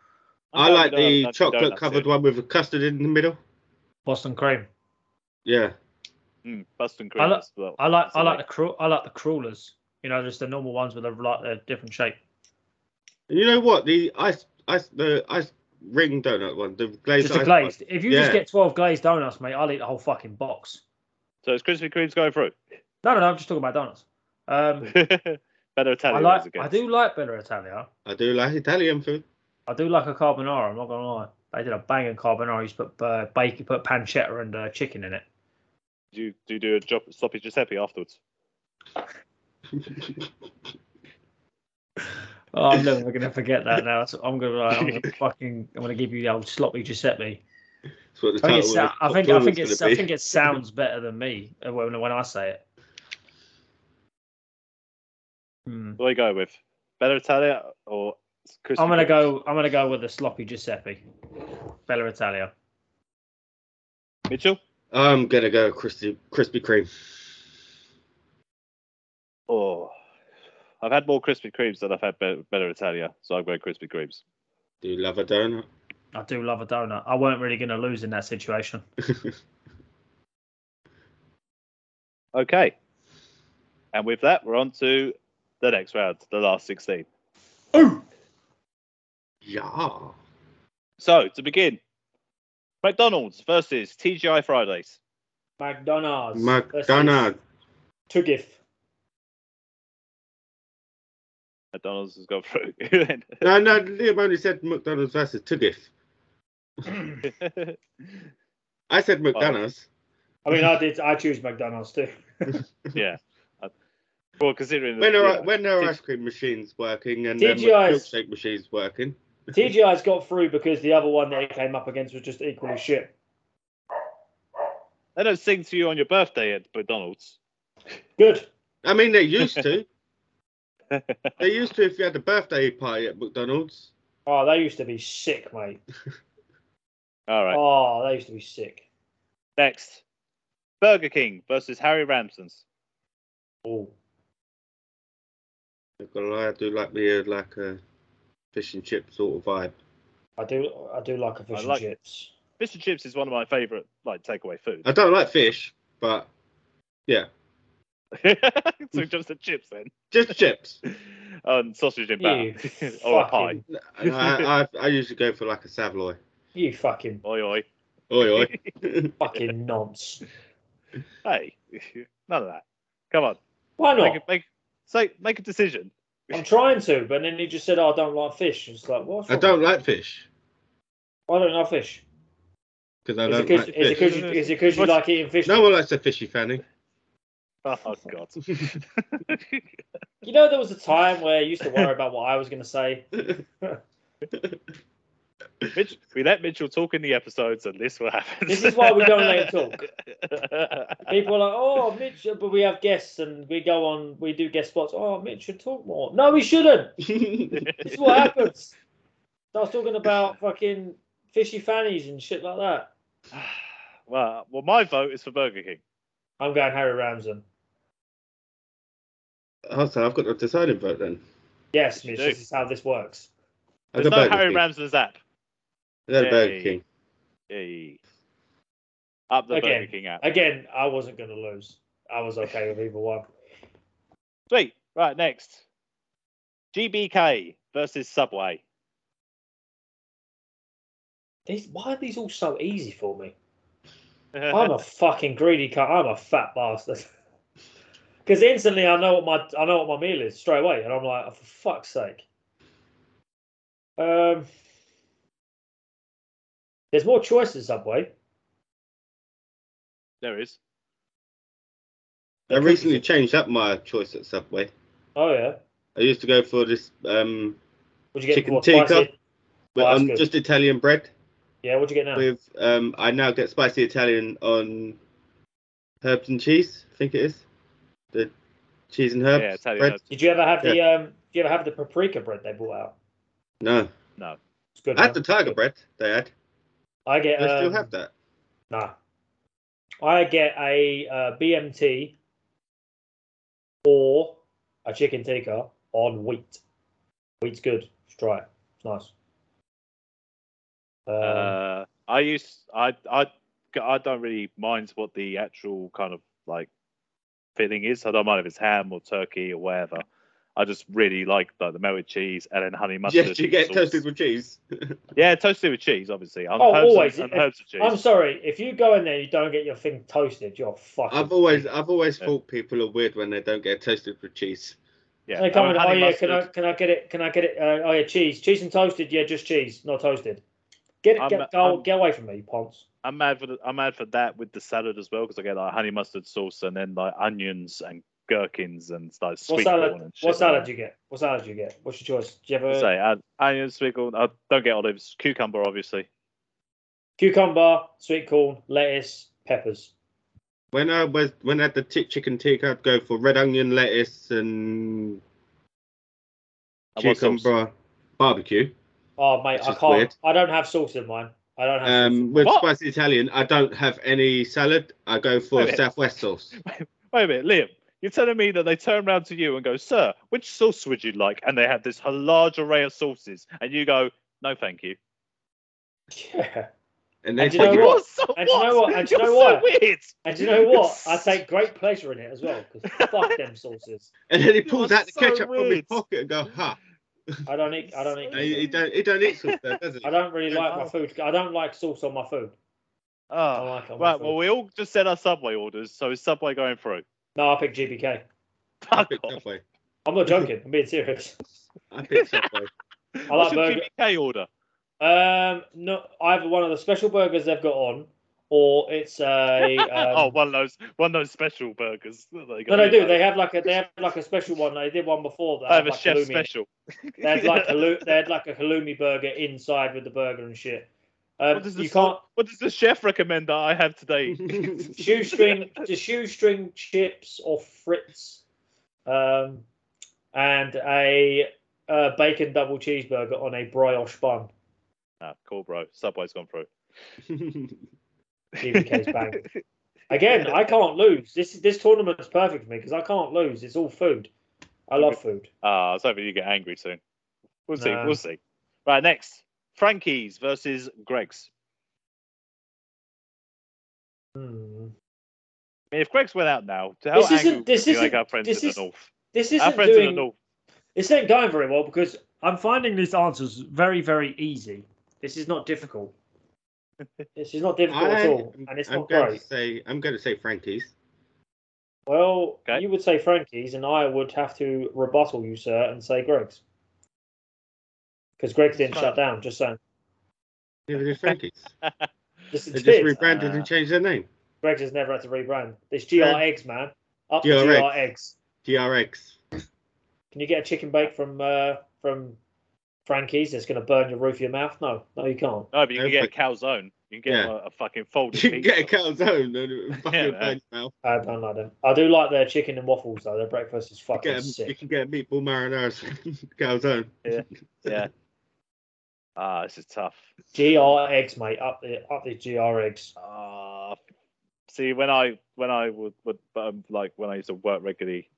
I I'm like going with the donuts- chocolate donuts covered here. one with a custard in the middle. Boston cream. Yeah. Mm, Boston I cream. like- as well. I like. That's I like the amazing. cru- I like the crawlers. You know, just the normal ones with a like a different shape. And you know what? The ice, ice, the ice ring donut one, the glazed. Just a ice glazed. If you just Yeah. get twelve glazed donuts, mate, I'll eat the whole fucking box. So is Krispy Kreme's going through? No, no, no. I'm just talking about donuts. Um, Better I Italian. like. again. I do like Bella Italia. One. I do like Italian food. I do like a carbonara. I'm not gonna lie. They did a banging carbonara. You just put uh, bacon, put pancetta and uh, chicken in it. Do you do, you do a job, sloppy Giuseppe afterwards? Oh, I'm never gonna forget that now. So I'm gonna, like, I'm gonna fucking, I'm gonna give you the old sloppy Giuseppe. That's what the I think, title it's, uh, of the I top think, I think, tournament's it's, gonna I be. think it sounds better than me uh, when, when I say it. Hmm. What do you go with? Better Italia or Krispy I'm gonna Kremes? go. I'm gonna go with the sloppy Giuseppe, Bella Italia. Mitchell I'm gonna go Krispy Krispy Kreme. or Oh, I've had more Krispy Kremes than I've had Be- Better Italia, so I'm going Krispy Kremes. Do you love a donut? I do love a donut. I weren't really gonna lose in that situation. Okay. And with that, we're on to the next round, the last 16. yeah. So to begin, McDonald's versus TGI Fridays. McDonald's. McDonald's. Tugif. McDonald's has gone through. No, no, Liam only said McDonald's versus Tugif. I Oh. said McDonald's. I mean, I did. I choose McDonald's too. yeah. I- Well, considering When the, are yeah. when are Did- ice cream machines working and um, TGI's. milkshake machines working? TGI's got through because the other one that it came up against was just equally shit. they don't sing to you on your birthday at McDonald's. Good. I mean, they used to. they used to if you had a birthday party at McDonald's. Oh, they used to be sick, mate. All right. Oh, they used to be sick. Next, Burger King versus Harry Ramsden's. Oh, Not gonna lie, I do like me a like a fish and chip sort of vibe. I do. I do like a I fish like- and chips. Fish and chips is one of my favourite like takeaway food. I don't like fish, but so just the chips then, just chips. and sausage and batter, You or a pie. fucking- And I, I I usually go for like a savloy. You fucking Oi oi. Oi oi. fucking nonce. Hey, none of that. Come on, Why make not? a, make say make a decision. I'm trying to, but then he just said, oh, "I don't like fish." It's like, what? I don't like fish I don't like fish. because I don't Is it 'cause- like is it fish. 'cause you- is it because you What's- like eating fish? No one likes a fishy fanny. Oh God. You know, there was a time where I used to worry about what I was going to say. Mitch, we let Mitchell talk in the episodes, and this will happen. This is why we don't let him talk. talk. People are like, oh, Mitch, but we have guests and we go on, we do guest spots. Oh, Mitch should talk more. No, he shouldn't. This is what happens. I was talking about fucking fishy fannies and shit like that. well, well, my vote is for Burger King. I'm going Harry Ramsden. oh, so I've got the deciding vote then. Yes, You Mitch, do. this is how this works. I There's got no Burger Harry King. Ramsden's app. I got Hey. Burger King. Hey. Up the Again. Burger King app. Again, I wasn't going to lose. I was okay with either one. Sweet. Right, next. GBK versus Subway. These, why are these all so easy for me? I'm a fucking greedy cunt. I'm a fat bastard. Because instantly I know what my I know what my meal is straight away, and I'm like, oh, for fuck's sake. Um, there's more choices Subway. there is. I recently changed up my choice at Subway. Oh yeah, I used to go for this um, would you get Chicken more tikka. spicy? with, Oh, that's on good. just Italian bread. Yeah, what'd you get now? With um, I now get spicy Italian on herbs and cheese. I think it is the cheese and herbs. Yeah, Italian bread. herbs. Did you ever have the um? Did you ever have the paprika bread they brought out? No, It's good. I had man. the tiger bread they had. I get. They still um, have that. Nah. I get a uh, BMT or a chicken tikka on wheat. Wheat's good. Just try it. It's nice. Um, Uh, I use I I I don't really mind what the actual kind of like filling is. I don't mind if it's ham or turkey or whatever. I just really like like the melted cheese and then honey mustard. Yes, you get sauce. toasted with cheese. Yeah, toasted with cheese, obviously. I'm Oh, herbs always. And, and herbs with cheese. I'm sorry. If you go in there, and you don't get your thing toasted. You're fucking. I've always, I've always Yeah. thought people are weird when they don't get toasted with cheese. yeah. They come and in. Oh honey yeah. Can I mustard. can I get it? Can I get it? Uh, oh yeah. Cheese. Cheese and toasted. Yeah, just cheese, not toasted. Get it. I'm- Get, go, I'm- get away from me, you Ponce. I'm mad for the, I'm mad for that with the salad as well because I get like honey mustard sauce and then like onions and gherkins and like sweet What corn salad? and shit. What salad like do you get? What salad do you get? What's your choice? Do you that. ever Say uh, onions, sweet corn. I don't get olives, cucumber, obviously. cucumber, sweet corn, lettuce, peppers? When I was, when I had the t- chicken tikka, I'd go for red onion, lettuce, and And what sauce? cucumber barbecue. Oh mate, Which I is can't. weird. I don't have sauce in mine. I don't have. sauce. Um, with What? spicy Italian, I don't have any salad. I go for Wait a minute. southwest sauce. Wait a minute, Liam. You're telling me that they turn round to you and go, "Sir, which sauce would you like?" And they have this large array of sauces, and you go, "No, thank you." Yeah. And they And do take you know it what? You're so- And do you know what? And do you You're know so what? weird. And you know what? I You're take great pleasure in it as well because fuck them sauces. And then he You pulls are out the so ketchup from his weird. pocket and go, ha. I don't eat. I don't eat. And he, he sauce. don't he don't eat sauce though, does he? I don't really like my food. I don't like sauce on my food. Oh, I like it on my right. food. Well, we all just said our Subway orders, so is Subway going through? No, I picked GBK. I Fuck pick off. Subway. I'm not joking. I'm being serious. I pick Subway. What's like your burger. GBK order? Um, no, either one of the special burgers they've got on, or it's a. Um, oh, one of those, one of those special burgers. that no, they do. like. They have like a. They have like a special one. They did one before. That They have had a like chef halloumi. special. They had like halloumi, they had like a halloumi burger inside with the burger and shit. Um, What does the you sou- can't What does the chef recommend that I have today? shoestring the shoestring chips or frits um, and a uh, bacon double cheeseburger on a brioche bun Ah, cool, bro. Subway's gone through. GBK's bang again i can't lose this this tournament's perfect for me because i can't lose it's all food i love food Ah, I was hoping you get angry soon. We'll see. No. We'll see. Right, next. Frankie's versus Greg's. Hmm. I mean, if Greg's went out now, to how This isn't- angry this would you make isn't- our friends this in is- the north? this Our isn't friends in the doing north. this ain't going very well because i'm finding these answers very very easy this is not difficult this is not difficult I, at all and it's I'm not going great to say I'm going to say Frankie's. Well, Okay. you would say Frankie's, and I would have to rebuttal you, sir, and say Greg's. Because Greg's didn't Fine. shut down, just saying. Never did Frankie's. This Uh, They is just it. rebranded Ah. and changed their name. Greg's has never had to rebrand. It's GR Yeah. Eggs, man. Up to GR GR Eggs. Eggs. GRX. Can you get a chicken bake from uh, from Frankie's that's going to burn your roof of your mouth? No, no, you can't. No, but you can No, get a but- calzone. You can get Yeah. a, a fucking folded You can pizza. get a calzone and it fucking Yeah, yeah, man. mouth. I don't like them. I do like their chicken and waffles, though. Their breakfast is You, fucking get a, you sick. can get a meatball marinara calzone. yeah. Ah, this is tough. GR Eggs, mate. Up the, up the GR Eggs. Ah, see, when I when I would, would um, like when I used to work regularly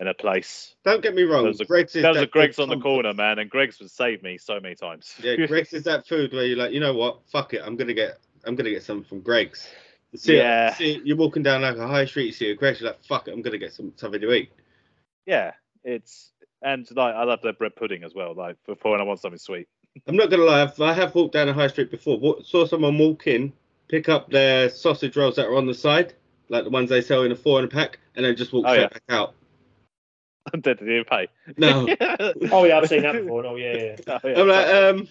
in a place, Don't get me wrong. Those are- Greg's is there was that a Greg's good on the comfort. corner, man, and Greg's would save me so many times. Yeah, Greg's is that food where you're like, you know what? Fuck it. I'm gonna get. I'm gonna get something from Greg's. You See, Yeah. see, you're walking down like a high street. You see a Greg's. You're like, fuck it. I'm gonna get some something to eat. yeah, it's and like I love their bread pudding as well. Like before, when I want something sweet. I'm not gonna lie. I've, I have walked down a high street before. Wa- saw someone walk in, pick up their sausage rolls that are on the side, like the ones they sell in a four in a pack, and then just walk Oh, straight yeah. back out. I'm dead to the pay. No, Oh, yeah, I've seen that before. Oh, yeah, yeah. Oh, yeah. I'm like, um,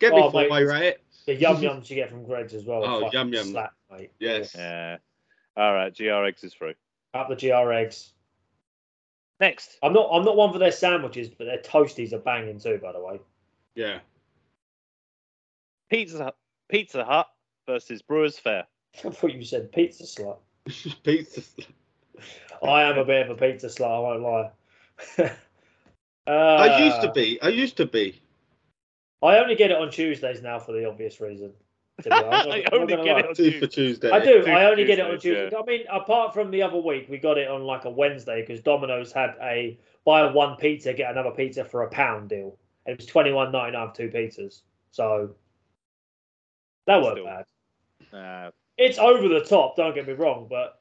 get me Oh, four mate. while you're at it. The yum yums you get from Greg's as well. Oh, fucking yum yum. Slap, mate. Yes. yeah. All right, GRX is through. Up the GR eggs. Next, I'm not. I'm not one for their sandwiches, but their toasties are banging too. By the way, Yeah. Pizza Hut- Pizza Hut versus Brewers Fair. I thought you said pizza slut. Pizza. I am a bit of a pizza slut. I won't lie. uh, I used to be. I used to be. I only get it on Tuesdays now for the obvious reason. to be honest. I'm I not- I'm only not gonna get lie. it on Two for Tuesday. Tuesday. I do. Two I only get it on Tuesdays, Tuesday. I mean, apart from the other week, we got it on like a Wednesday because Domino's had a buy one pizza get another pizza for a pound deal, and it was twenty one ninety nine for two pizzas. So that weren't Still. bad. Nah. It's over the top. Don't get me wrong, but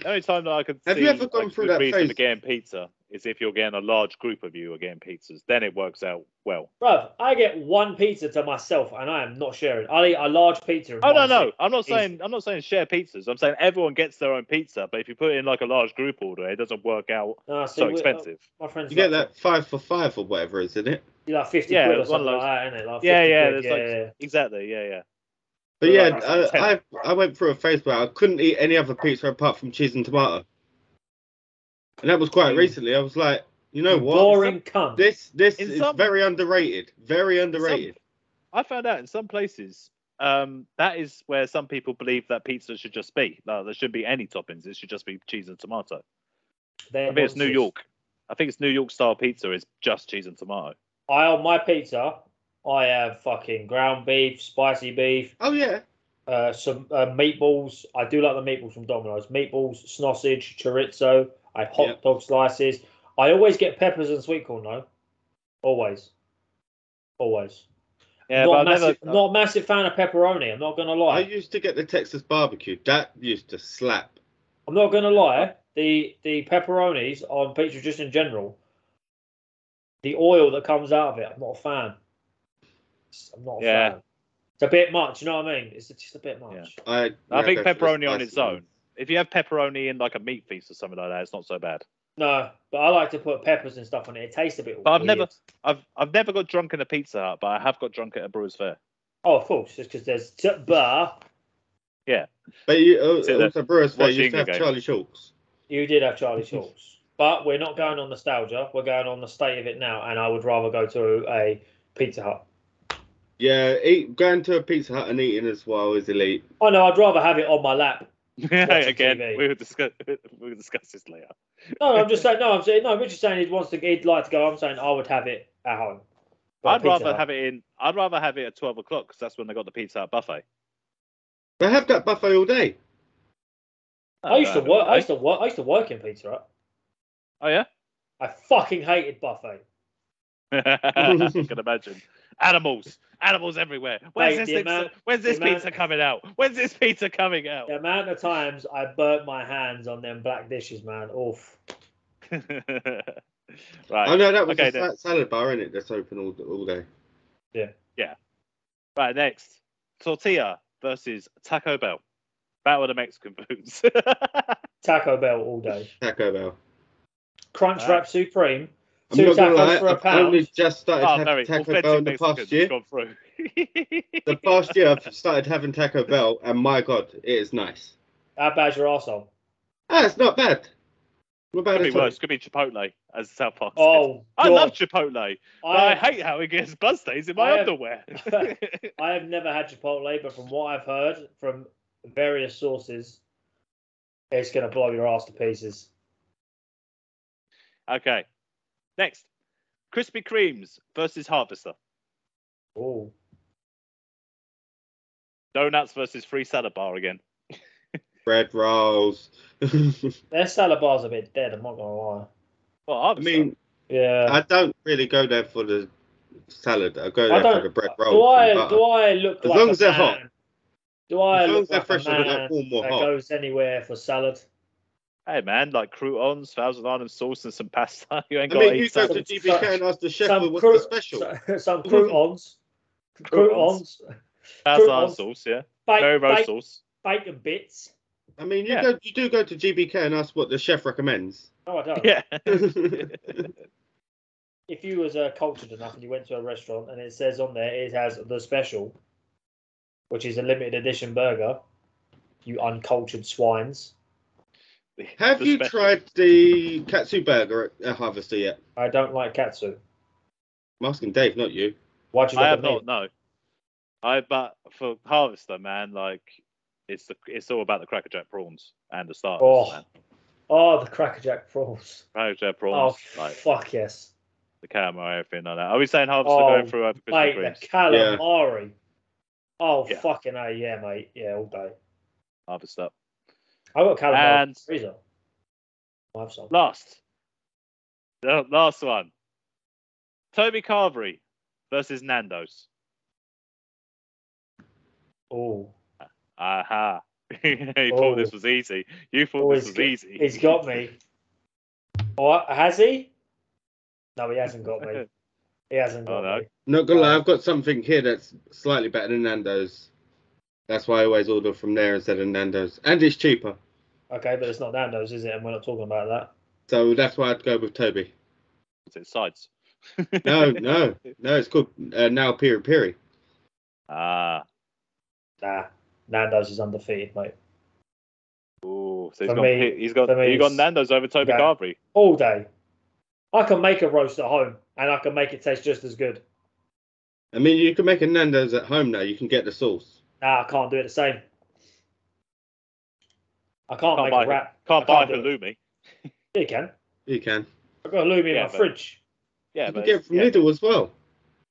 The only time that I could Have see you ever gone like, through the that reason phase? for getting pizza is if you're getting a large group of you are getting pizzas, then it works out well. bruv, I get one pizza to myself, and I am not sharing. I eat a large pizza. and Oh no one no, slice. I'm not Easy. saying I'm not saying share pizzas. I'm saying everyone gets their own pizza, but if you put in like a large group order, it doesn't work out Nah, see, so we- uh, expensive. my friends You get like, that five for five or whatever, isn't it? like fifty Yeah, quid or one something of like that, isn't it? Like yeah 50 yeah, quid, there's like exactly yeah yeah. But Well, yeah, that's like I, I ten. I went through a phase where I couldn't eat any other pizza apart from cheese and tomato, and that was quite Hmm. Mm. recently. I was like, you know You what? boring cunt. This this In is some- very underrated. Very In some- underrated. I found out in some places um, that is where some people believe that pizza should just be. No, there shouldn't be any toppings. It should just be cheese and tomato. They're I think it's New nonsense. York. I think it's New York style pizza is just cheese and tomato. I on my pizza, I have fucking ground beef, spicy beef, Oh yeah, uh, some uh, meatballs. I do like the meatballs from Domino's. Meatballs, sausage, chorizo. I have hot Yep. dog slices. I always get peppers and sweet corn though. Always, always. Yeah, not, but I've massive, never. uh, not massive fan of pepperoni. I'm not gonna I lie. used to get the Texas barbecue. That used to slap. I'm not gonna lie. The the pepperonis on pizza just in general, the oil that comes out of it, I'm not a fan. It's- I'm not a Yeah. fan. It's a bit much. You know what I mean? It's just a bit much. Yeah. I I think yeah, go for the pepperoni on its spicy one. own. If you have pepperoni in like a meat feast or something like that, it's not so bad. No, but I like to put peppers and stuff on it. It tastes a bit. But I've weird. never- I've I've never got drunk in a Pizza Hut, but I have got drunk at a Brewers Fair. Oh, of course, just because there's t- bar. But you uh, Sit there, also Brewers Fair watch used to England have game. Charlie Shawks. You did have Charlie Shorts, but we're not going on nostalgia. We're going on the state of it now, and I would rather go to a Pizza Hut. Yeah, eat, going to a Pizza Hut and eating as well is elite. Oh no, I'd rather have it on my lap Watching Again, TV. we will discuss we will discuss this later. No, no, I'm just saying. No, I'm saying. No, Richard's saying he wants to. He'd like to go. I'm saying I would have it at home. But I'd Pizza rather Hut- have it in. I'd rather have it at twelve o'clock because that's when they got the Pizza Hut buffet. They have that buffet all day. I used to Uh, work. I used to work. I used to work in Pizza Hut. Oh yeah, I fucking hated buffet. I can imagine. Animals, animals everywhere. When's Mate, this? the thing- amount- when's this the amount- pizza coming out? When's this pizza coming out? The amount of times I burnt my hands on them black dishes, man. Oof. Oh right, no, that was Okay, a then. sa- salad bar, is it? That's open all all right. day. Next, tortilla versus Taco Bell. Battle of the Mexican foods. Taco Bell all day. Taco Bell. Crunch Ah. Wrap Supreme. I'm Two not gonna tacos lie, for a I've only pound. just started oh, having very Taco Bell in authentic the past Mexicans year. gone through. The past year, I've started having Taco Bell, and my God, it is nice. That badge your arsehole. Ah, it's not bad. Not bad could be at all. worse. Could be Chipotle, as South Park. said. Oh, I God. love Chipotle. but I, I, hate how he gets buzz days in I my have- underwear. I have never had Chipotle, but from what I've heard from various sources, it's gonna blow your ass to pieces. okay. Next, Krispy Kremes versus Harvester. Ooh. Donuts versus Free Salad Bar again. Bread rolls. I Their salad bar's a bit dead, I'm not gonna lie. Well, Harvester. mean, Yeah. I don't really go there for the salad. I go I there for don't- the bread rolls. do and I butter. do I look As like long a as they're man? hot. Do I As long as look they're like fresh a and man that warm or that hot. goes anywhere for salad? hey man, like croutons, thousand island sauce, and some pasta. You ain't I got mean, eight you go to salads. GBK and ask the chef, Some what's cru- the special? So- some croutons, croutons, Thousand island croutons. sauce, yeah. Very baked, roast baked, sauce. bacon bits. I mean, you Yeah. go, you do go to GBK and ask what the chef recommends. No, I don't. Yeah. If you was uh, cultured enough and you went to a restaurant and it says on there it has the special, which is a limited edition burger, you uncultured swines. Have The you special. tried the katsu burger at, at Harvester yet? I don't like katsu. I'm asking Dave, not you. Why'd you look I at have me? not. No. I but for Harvester, man, like it's the it's all about the crackerjack prawns and the starters. Oh. man. Oh, the crackerjack prawns. Crackerjack Oh, prawns, like fuck yes. the calamari, everything like that. Are we saying halves are Oh, going through over Krispy Mate, Kremes? the calamari. Oh, Yeah. fucking A, yeah, mate. Yeah, all day. Harvest up. I got calamari in And- the freezer. I have some. Last. The last one. Toby Carvery versus Nando's. Oh, Aha. you thought this was easy. You thought Oh, this he's was got- easy. he's got me. What? Has he? No, he hasn't got me. He hasn't Oh, got no. me. Not gonna lie, I've got something here that's slightly better than Nando's. That's why I always order from there instead of Nando's, and it's cheaper. Okay, but it's not Nando's, is it? And we're not talking about that. So that's why I'd go with Toby. Is it sides? No, no, no. It's called uh, now Piri Piri. Ah. Nah, Nando's is undefeated, mate. Ooh. So he's For got, me- he's got, for me you got it's- Nando's over Toby Okay. Carvery. All day. I can make a roast at home, and I can make it taste just as good. I mean, you can make a Nando's at home now. You can get the sauce. Nah, I can't do it the same. I can't, Can't make buy a it. wrap. Can't I buy do it. halloumi. Yeah, you can. You can. I've got halloumi in Yeah, my but- fridge. Yeah, you but can get it it's- from yeah. Lidl as well.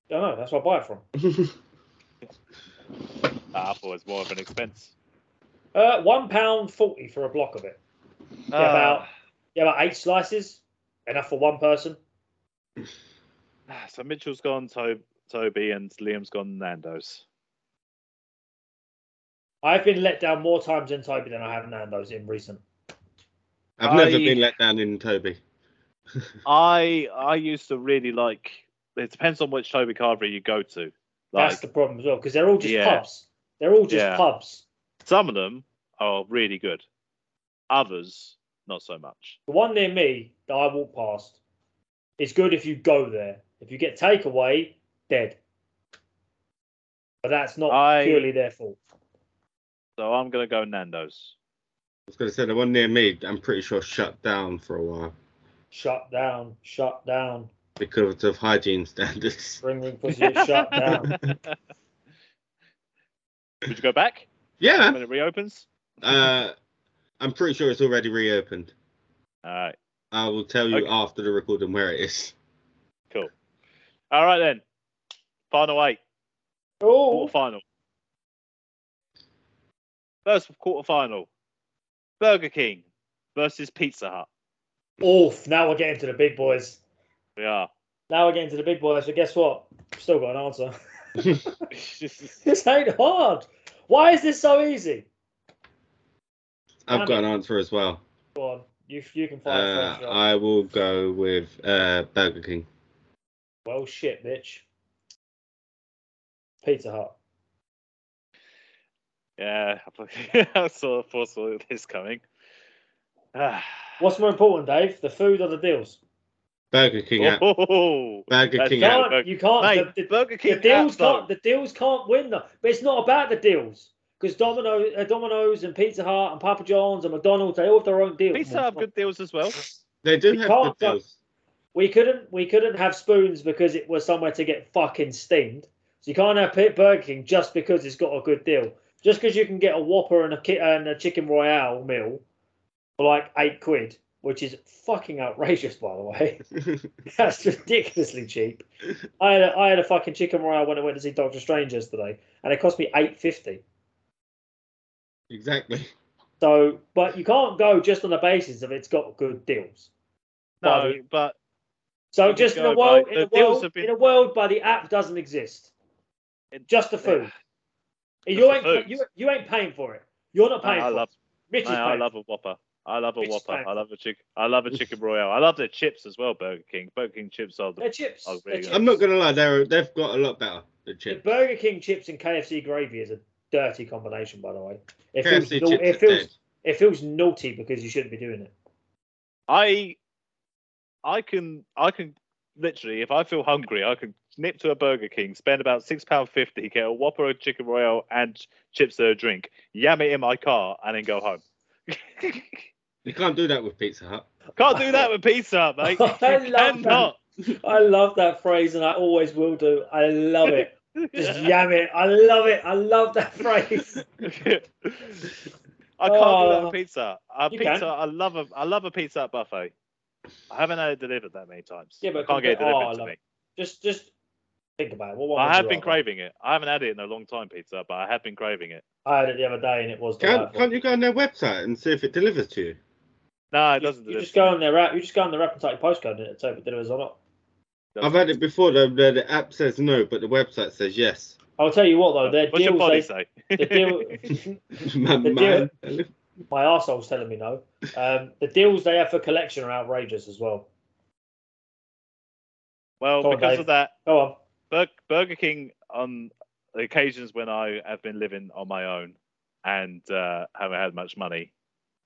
I don't know. That's where I buy it from. Ah, I thought it was more of an expense. Uh, one pound forty for a block of it. Yeah, about yeah, about eight slices. Enough for one person. Ah, So Mitchell's gone to- Toby and Liam's gone Nando's. I've been let down more times in Toby than I have Nando's in recent. I've never I- been let down in Toby. I I used to really like. It depends on which Toby Carvery you go to. Like That's the problem as well because they're all just Yeah. pubs. They're all just Yeah. pubs. some of them are really good, others not so much. The one near me that I walk past is good if you go there. If you get takeaway, dead. But that's not I- purely their fault. So I'm gonna go Nando's. I was gonna say the one near me. I'm pretty sure shut down for a while Shut down, shut down. because of hygiene standards. Ring ring pussy, shut down. Would you go back Yeah. when it reopens? Uh, I'm pretty sure it's already reopened. All right, I will tell you Okay. after the recording where it is. cool. All right then. Final eight, Oh, quarter final. First quarter final. Burger King versus Pizza Hut. oof. Now we're getting to the big boys. We are. Now we're getting to the big boys. But guess what? Still got an answer. This ain't hard. Why is this so easy? I've Damn got an answer as well. Go on. You, you can find a Uh, French roll. I will go with uh, Burger King. Well, shit, bitch. Pizza Hut. Yeah, I thought- I saw foresaw this coming. Ah. What's more important, Dave? The food or the deals? Burger King app. Oh, Burger that's King Yeah, app. can't, Burger- you can't. mate, the, the- Burger King the deals app, though. can't. The deals can't win though. But it's not about the deals because Domino, uh, Domino's and Pizza Hut and Papa John's and McDonald's they all have their own deals. Pizza Hut have good deals as well. They do You have good can't go- deals. We couldn't we couldn't have spoons because it was somewhere to get fucking steamed. So you can't have Pit Burger King just because it's got a good deal. Just because you can get a Whopper and a ki- and a Chicken Royale meal for like eight quid, which is fucking outrageous, by the way. That's ridiculously cheap. I had a, I had a fucking Chicken Royale when I went to see Doctor Strange yesterday, and it cost me eight fifty. exactly. So, but you can't go just on the basis of it's got good deals. No, but So You just in can a go world, by- in the a deals world, have been- in a world, by the app doesn't exist. It- just the food. you the ain't food. you, you ain't paying for it. You're not paying I for love, it. Rich is I paying. love a Whopper. I love a Which is Whopper. fine. I love a chick. I love a chicken royale. I love their chips as well. Burger King. Burger King chips are the They're chips. Oh, there They're you go. chips. I'm not gonna lie, they're they've got a lot better. The The chip. Burger King chips and KFC gravy is a dirty combination, by the way. It feels, KFC nau- chips. it are feels dead. it feels naughty because you shouldn't be doing it. I, I can, I can literally, if I feel hungry, I can nip to a Burger King, spend about six pound fifty, get a Whopper, a chicken royale, and chips or a drink, yam it in my car, and then go home. You can't do that with Pizza Hut. Can't do that with Pizza Hut, mate. You I love cannot. I love that phrase, and I always will do. I love it. Just yam it. I love it. I love that phrase. I can't do that Oh. on pizza. A You pizza, I love a, I love a pizza at buffet. I haven't had it delivered that many times. Yeah, but I can't get it compared- oh, delivered I to love me. Just just think about it. What one I would have you been rather? craving it. I haven't had it in a long time, pizza, but I have been craving it. I had it the other day and it was Can't, delightful. can't you go on their website and see if it delivers to you? No, it You- doesn't. You, deliver just to go me. on their app. You just go on their app and type your postcode and it type if it delivers or not. Doesn't. I've had it before. The, the, the app says no, but the website says yes. I'll tell you what though, their What's your Oh, deals. body They, say? the deal, My The man. my arsehole's telling me no. Um, the deals they have for collection are outrageous as well. well, Go on, because Dave. of that, Go on. Bur- Burger King on the occasions when I have been living on my own and uh, haven't had much money,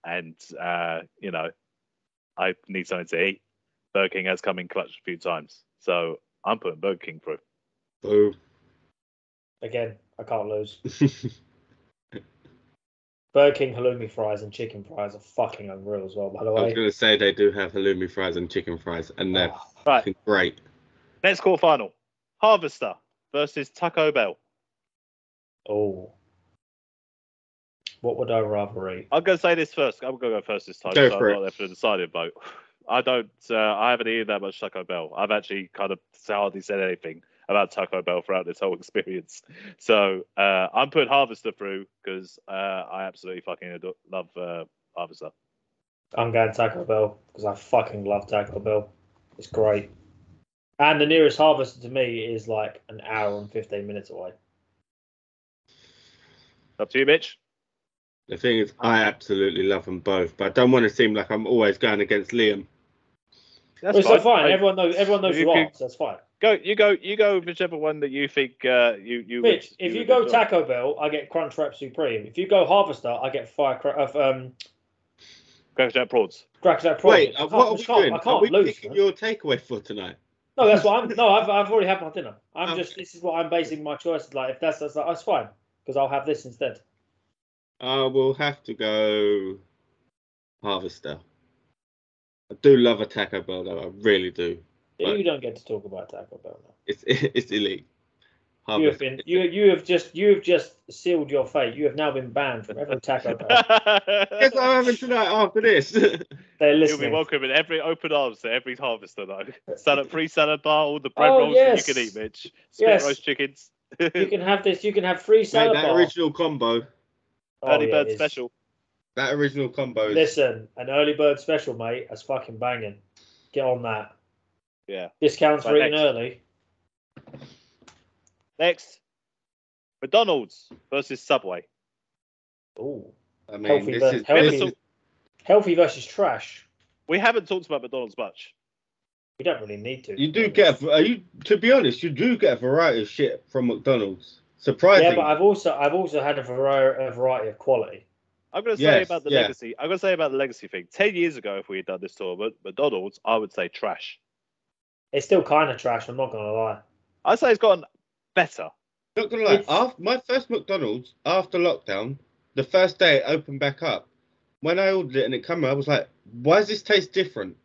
and uh, you know, I need something to eat. Burger King has come in clutch a few times, so I'm putting Burger King through. Boo. Again, I can't lose. Burger King halloumi fries and chicken fries are fucking unreal as well. By the I was way, going to say they do have halloumi fries and chicken fries, and they're Oh, Right, fucking great. next quarterfinal: Harvester versus Taco Bell. oh. what would I rather eat? I'm gonna say this first. I'm gonna go first this time. Go so for I'm it. not there for the decided vote. I don't. Uh, I haven't eaten that much Taco Bell. I've actually kind of hardly said anything about Taco Bell throughout this whole experience. So uh, I'm putting Harvester through because uh, I absolutely fucking adore, love uh, Harvester. I'm going Taco Bell because I fucking love Taco Bell. It's great. And the nearest harvester to me is like an hour and 15 minutes away. Up to you, Mitch. The thing is, I absolutely love them both, but I don't want to seem like I'm always going against Liam. That's Well, it's not fine. Hey, Everyone knows, everyone knows you you are, could- so that's fine. Go. You go. You go. with Whichever one that you think uh, you you. would- Mitch, if you would go enjoy. Taco Bell, I get Crunchwrap Supreme. If you go Harvester, I get Fire cra- uh, um, Cracker Jack prawns. Cracker Jack Prawn. Wait, I uh, can't- what are I we can't- doing? I Are can't we lose. picking man. your takeaway for tonight? No, that's what I'm. No, I've, I've already had my dinner. I'm Okay. just. This is what I'm basing my choices. Like, if that's that's, like, that's fine because I'll have this instead. I will Uh, have to go Harvester. I do love a Taco Bell, though. I really do. You Right. don't get to talk about Taco Bell now. It's it's elite. You have Harvester. been. You you have just you have just sealed your fate. You have now been banned from every Taco Bell. Guess I'm having tonight after this. They're You'll be listening. welcome in every open arms to every harvester, though. Salad, free salad bar, all the bread Oh, rolls that yes. you can eat, Mitch. Spit Yes. roast chickens, You can have this. You can have free Mate, salad that bar. original combo, Oh, early yeah, bird it is. special. that original combo is Listen, an early bird special, mate. That's fucking banging. Get on that. Yeah. Discounts for Right, eating next. early. Next, McDonald's versus Subway. Ooh, I mean, Healthy this ver- is healthy. this is- healthy versus trash. We haven't talked about McDonald's much. We don't really need to. you do get a- you to be honest, you do get a variety of shit from McDonald's. Surprising. yeah, but I've also I've also had a variety, a variety of quality. I'm going to say Yes, about the yeah. legacy. I'm going to say about the legacy thing. Ten years ago, if we had done this tournament, McDonald's, I would say trash. It's still kind of trash. I'm not gonna lie. I'd say it's gotten better. Not gonna lie, It's- after my first McDonald's after lockdown, the first day it opened back up, when I ordered it and it came, out, I was like, "Why does this taste different?"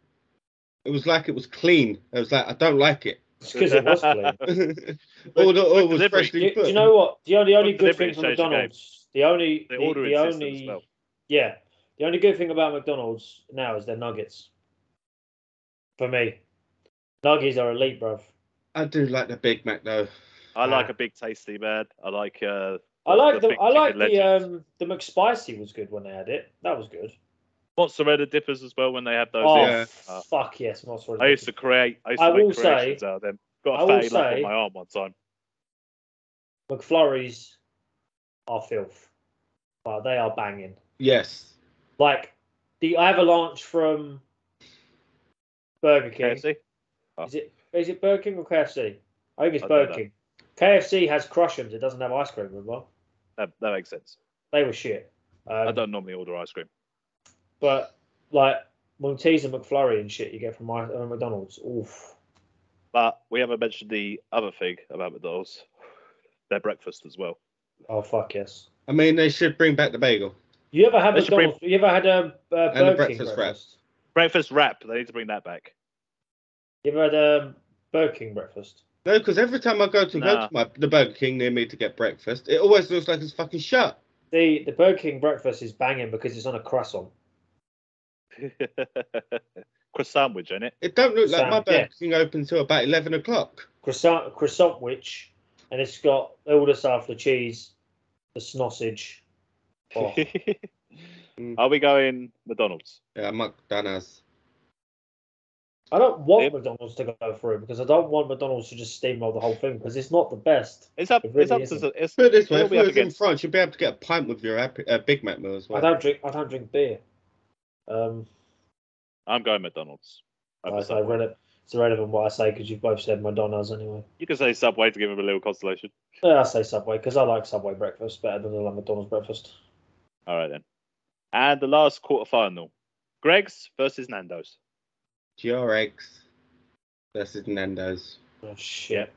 It was like it was clean. I was like, "I don't like it." It's because it was clean. all the oil delivery. was do, freshly you, put. do you know what? The only, the only But good delivery thing from changed the game. McDonald's, the only The the, ordering the system only as well. yeah, the only good thing about McDonald's now is their nuggets. For me, nuggets are elite, bruv. I do like the Big Mac though. I like Ah. a big tasty man. I like. Uh, I like the the, big I like chicken the legends. um the McSpicy was good when they had it. That was good. Mozzarella dippers as well when they have those. Oh in. yeah. Uh, fuck yes, mozzarella. I used to create. I used to I will make say- creations out of them. Got I a will fatty lump say- on my arm one time. McFlurries are filth, but they are banging. Yes. Like the avalanche from Burger King. KFC. Is it is it Burger King or KFC? I think it's Oh. I don't Burger know. King. KFC has crushums. It doesn't have ice cream. Remember, That, that makes sense. they were shit. Um, I don't normally order ice cream. But like Montes and McFlurry and shit you get from my, uh, McDonald's. Oof. But we haven't mentioned the other thing about McDonald's. Their breakfast as well. Oh fuck yes. I mean, they should bring back the bagel. You ever had They should bring- McDonald's? You ever had a, a the Burger King breakfast breakfast? Breakfast wrap. They need to bring that back. You ever had a Burger King breakfast? No, because every time I go to go Nah. to my the Burger King near me to get breakfast, it always looks like it's fucking shut. the the Burger King breakfast is banging because it's on a croissant. croissant sandwich in it. It don't look like Sam, my yeah. Burger King opens till about eleven o'clock. croissant croissant which and it's got all the stuff the cheese the sausage oh, Mm. Are we going McDonald's? Yeah, McDonald's. i don't want Yep. mcdonald's to go through because i don't want mcdonald's to just steamroll the whole thing because it's not the best It's up. It really it's up to. isn't. It's, Put it this way: We'll if be we up was in against- France, you'd be able to get a pint with your Happy- uh, Big Mac meal as i well. don't drink i don't drink beer um I'm going McDonald's. over I, I Subway. read it it's irrelevant what i say because you've both said mcdonald's anyway You can say Subway to give him a little consolation. yeah, i say subway because i like subway breakfast better than i like mcdonald's breakfast All right then. And the last quarterfinal, Greg's versus Nando's. GRX versus Nando's. oh shit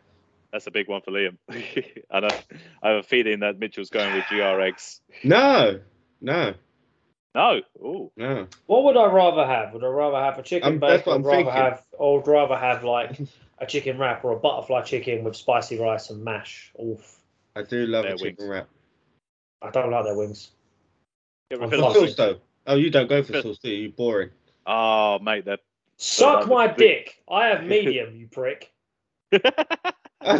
That's a big one for Liam. and I, I have a feeling that Mitchell's going with GRX. No, no, No. Ooh. no. what would i rather have would i rather have a chicken Um, that's bake what or I'm rather thinking. have or rather have like a chicken wrap or a butterfly chicken with spicy rice and mash Oof. I do love Their a chicken wings. wrap. I don't like their wings. Yeah, we're Oh, feeling- The Love sauce it. though. Oh, you don't go for Good. sauce, do you? You're boring. Oh, mate, they're Suck that my was- dick. I have medium, you prick. That's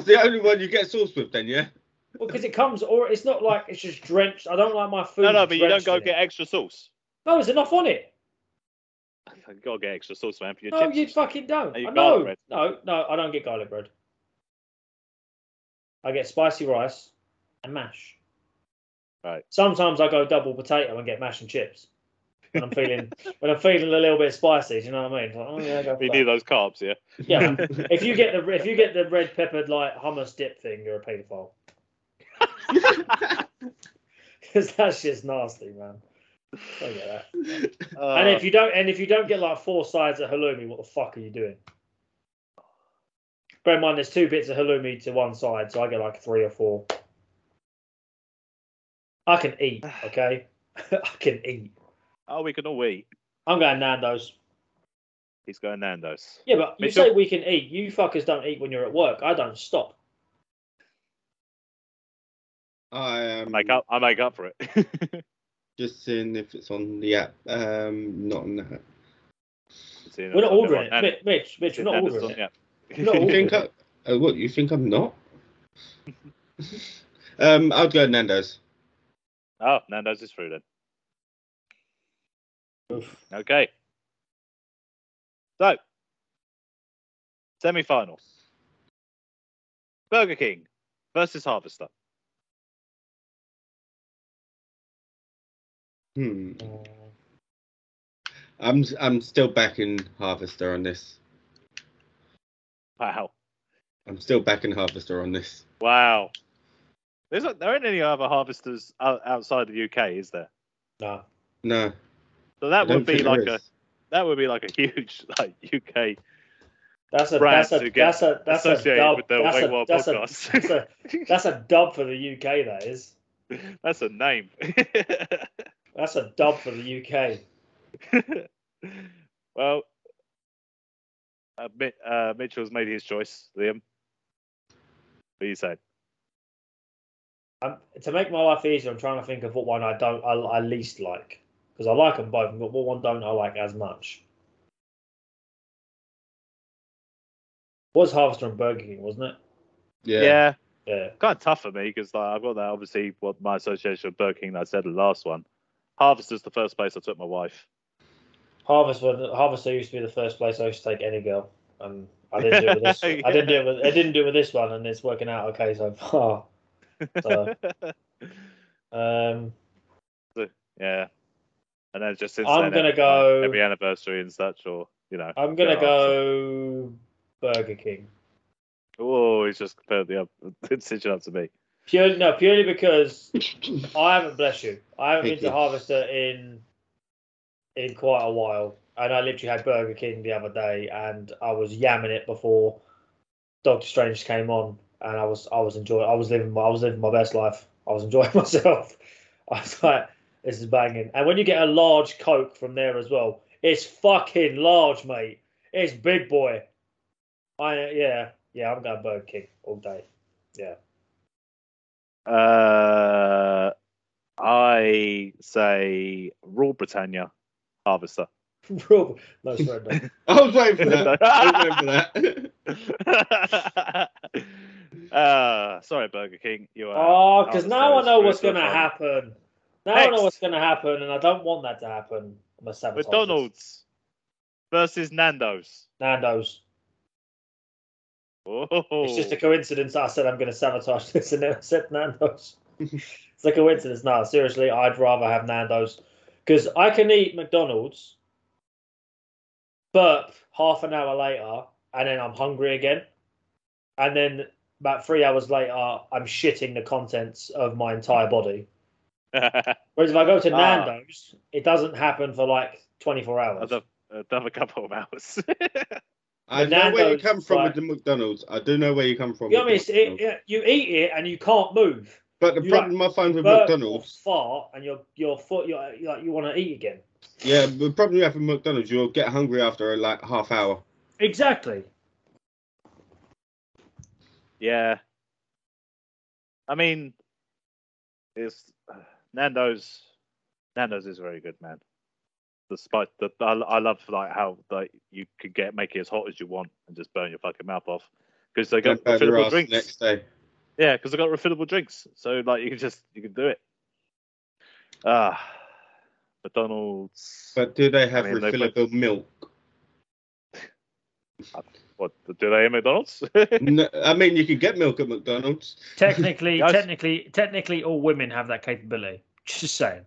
the only one you get sauce with, then, yeah. Well, because it comes, or it's not like it's just drenched. I don't like my food. no, no, but you don't drenched go in it. get extra sauce. No, there's enough on it. You gotta get extra sauce, man, for your No, chips. you fucking don't. And you I garlic know. bread. No, no, I don't get garlic bread. I get spicy rice and mash. Right. Sometimes I go double potato and get mash and chips. When I'm feeling when I'm feeling a little bit spicy, do you know what I mean? Like, oh, yeah, go for You that. need those carbs, yeah. Yeah. if you get the if you get the red peppered like hummus dip thing, you're a paedophile. Because that's just nasty, man. Don't get that. Uh, and if you don't, and if you don't get like four sides of halloumi, what the fuck are you doing? Bear in mind, there's two bits of halloumi to one side, so I get like three or four. I can eat, okay? I can eat. oh, we can all eat. I'm going Nando's. He's going Nando's. Yeah, but you Mitchell? say we can eat. You fuckers don't eat when you're at work. I don't stop. I I am make up. I make up for it. just seeing if it's on the app. Um, not on that. Seeing We're as not I'm ordering on Nan- it. Mitch, Mitch, we're not Nando's ordering it. on- We're not yeah. You ordering think it. I, uh, what you think I'm not? um, I'd go Nando's. Oh, Nando's is through then. Okay. So, semi final Burger King versus Harvester. Hmm. I'm I'm still backing Harvester on this. Wow. I'm still backing Harvester on this. Wow. There's not, there aren't any other harvesters out, outside the UK, is there? No. No, So I that don't would be think there like a is. that would be like a huge like UK That's a brands that's who a get that's a that's a associated dub. with the That's Wait a, Wild that's, a, podcast. that's, a, that's a dub for the UK. That is. That's a name. That's a dub for the UK. well, uh, Mi- uh, Mitchell's made his choice, Liam. What do you say? Um, to make my life easier, I'm trying to think of what one I don't I, I least like because I like them both, but what one don't I like as much? Was Harvester and Burger King, wasn't it? Yeah, Yeah. Yeah. kind of tough for me because like, I've got that obviously what my association with Burger King that I said in the last one. Harvester's the first place I took my wife. Harvester Harvester used to be the first place I used to take any girl. Um, I didn't do it with this. I didn't do it with I didn't do it with this one, and it's working out okay so far. So, um, yeah, and then just since I'm then, gonna every- go- every anniversary and such, or you know, I'm gonna Yeah, go Burger King. oh, he's just put the up- the decision up to me. Purely no, purely because I haven't bless you. I haven't Thank been to you. Harvester in in quite a while, and I literally had Burger King the other day, and I was yamming it before Doctor Strange came on, and I was I was enjoying. I was living my I was living my best life. I was enjoying myself. I was like, this is banging. And when you get a large Coke from there as well, it's fucking large, mate. It's big boy. I yeah yeah. I'm going Burger King all day. Uh, I say Raw Britannia Harvester. Rule, no surrender. I was waiting for that. I was waiting for that. uh, sorry, Burger King. You are. oh, because now I Harvester know is what's brutal. going to happen. Now I Next. know what's going to happen, and I don't want that to happen. I'm a sabotage. this. McDonald's versus Nando's. Nando's. Oh, It's just a coincidence. that I said I'm going to sabotage this, and then I said Nando's. it's a coincidence. No, seriously, I'd rather have Nando's because I can eat McDonald's, burp half an hour later, and then I'm hungry again, and then about three hours later, I'm shitting the contents of my entire body. Whereas if I go to Ah. Nando's, it doesn't happen for like 24 hours. another, another couple of hours. I know where you Nando's, come from like- with the McDonald's. I do know where you come from. You know what I with mean? the It's- it- McDonald's. yeah, you eat it and you can't move. but the you problem I find with burp McDonald's, or fart and your your foot you like you want to eat again. yeah, the problem you have with McDonald's, you'll get hungry after like half hour. Exactly. yeah. I mean, it's uh, Nando's. Nando's is very good, man. Despite the, I, I love like how like you could get make it as hot as you want and just burn your fucking mouth off because they got Don't burn your refillable ass drinks. next day. Yeah, because I got refillable drinks, so like you can just you can do it. Ah, McDonald's. But do they have I mean, they- refillable milk? What do they in McDonald's? No, I mean, you can get milk at McDonald's. Technically, Guys. technically, technically, all women have that capability. Just saying.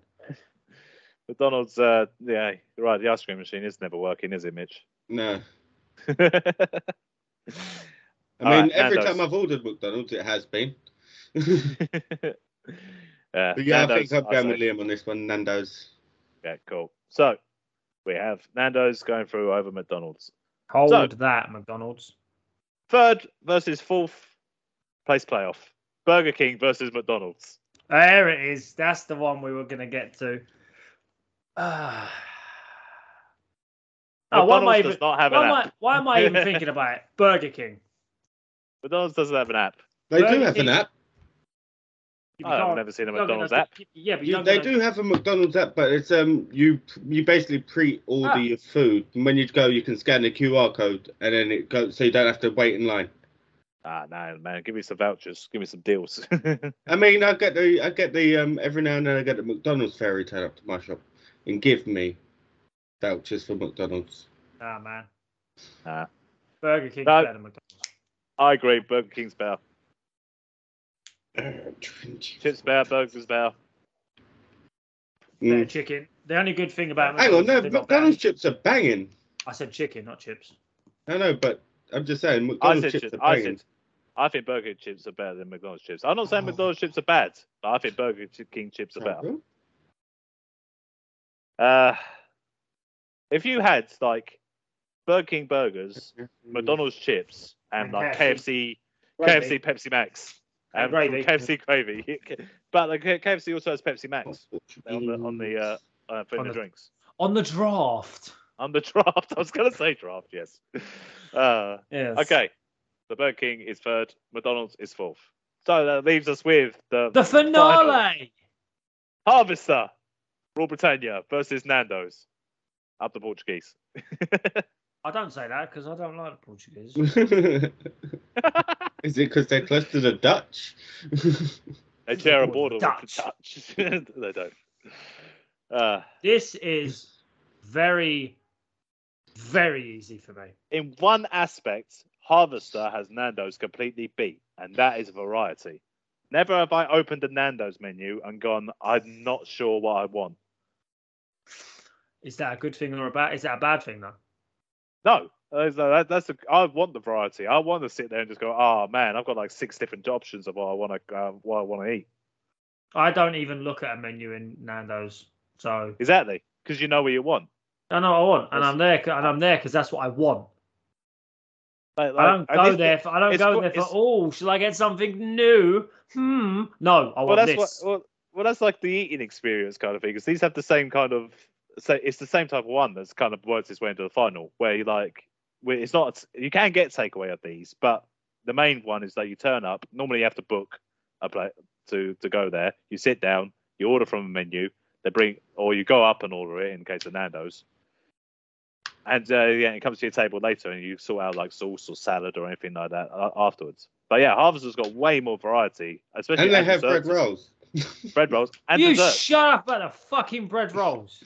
McDonald's. Uh, yeah, you're right. The ice cream machine is never working, is it, Mitch? Uh, No. I All mean, right, every Nando's. time I've ordered McDonald's, it has been. yeah, But yeah, Nando's, I think I'm I going say. with Liam on this one. Nando's. Yeah, cool. So we have Nando's going through over McDonald's. Hold So- that, McDonald's. Third versus fourth place playoff. Burger King versus McDonald's. There it is. That's the one we were going to get to. Ah. oh, why am I McDonald's even? does not have an Why am, app. I, why am I even thinking about it? Burger King. McDonald's doesn't have an app. They do Burger have an King. app. You I've can't- Oh, never seen a you don't get McDonald's no- app. Yeah, but you, You- don't they get no- do have a McDonald's app, but it's um you you basically pre-order Ah. your food, and when you go, you can scan the QR code, and then it goes, so you don't have to wait in line. Ah, no, man. Give me some vouchers. Give me some deals. I mean, I get the I get the um every now and then I get the McDonald's fairy turn up to my shop, and give me vouchers for McDonald's. Nah, man. Nah. Burger King's No. better than McDonald's. I agree. Burger King's better. Chips. Chips better. Burgers better. Better Mm. chicken. The only good thing about Hang on, McDonald's no, is they've got McDonald's better- chips are banging. I said chicken, not chips. I know, but I'm just saying I McDonald's said, chips chips. are I banging. said, I think Burger King chips are better than McDonald's chips. I'm not saying Oh. McDonald's chips are bad, but I think Burger King chips are better. Uh, if you had like Burger King burgers, Mm. McDonald's chips, and And like KFC. KFC, Right, KFC Pepsi Max, And and gravy. KFC gravy, but like KFC also has Pepsi Max on the on the uh, uh for On the the- drinks. On the draft. On the draft, I was gonna say draft, yes. Uh, Yes. okay, the Burger King is third, McDonald's is fourth. So that leaves us with the, The finale. Harvester, Raw Britannia versus Nando's, up the Portuguese. I don't say that because I don't like Portuguese. Is it because they're close to the Dutch? They They share a call border it with the Dutch. they don't. Uh, this is very, very easy for me. in one aspect, Harvester has Nando's completely beat, and that is variety. Never have I opened a Nando's menu and gone, I'm not sure what I want. Is that a good thing or a bad? Is that a bad thing though? No, that's, that, that's the- I want the variety. I want to sit there and just go, oh man, I've got like six different options of what I want to uh, what I want to eat. I don't even look at a menu in Nando's, so Exactly, because you know what you want. I know what I want, and Yes. I'm there, and I'm there because that's what I want. Like, I don't like- and go this- there. For, I don't it's go got- there for. it's- Oh, shall I get something new? Hmm. No, I well, want that's what. this. Well, well, that's like the eating experience kind of thing. Because these have the same kind of. So it's the same type of one that's kind of works its way into the final, where you like, where it's not. You can get takeaway of these, but the main one is that you turn up. Normally, you have to book a place to to go there. You sit down. You You order from a menu. They bring, or you go up and order it in case of Nando's. And uh, yeah, it comes to your table later, and you sort out like sauce or salad or anything like that uh, afterwards. But yeah, Harvest has got way more variety, especially and they as have bread desserts- rolls. bread rolls, and you desserts. shut up about the fucking bread rolls.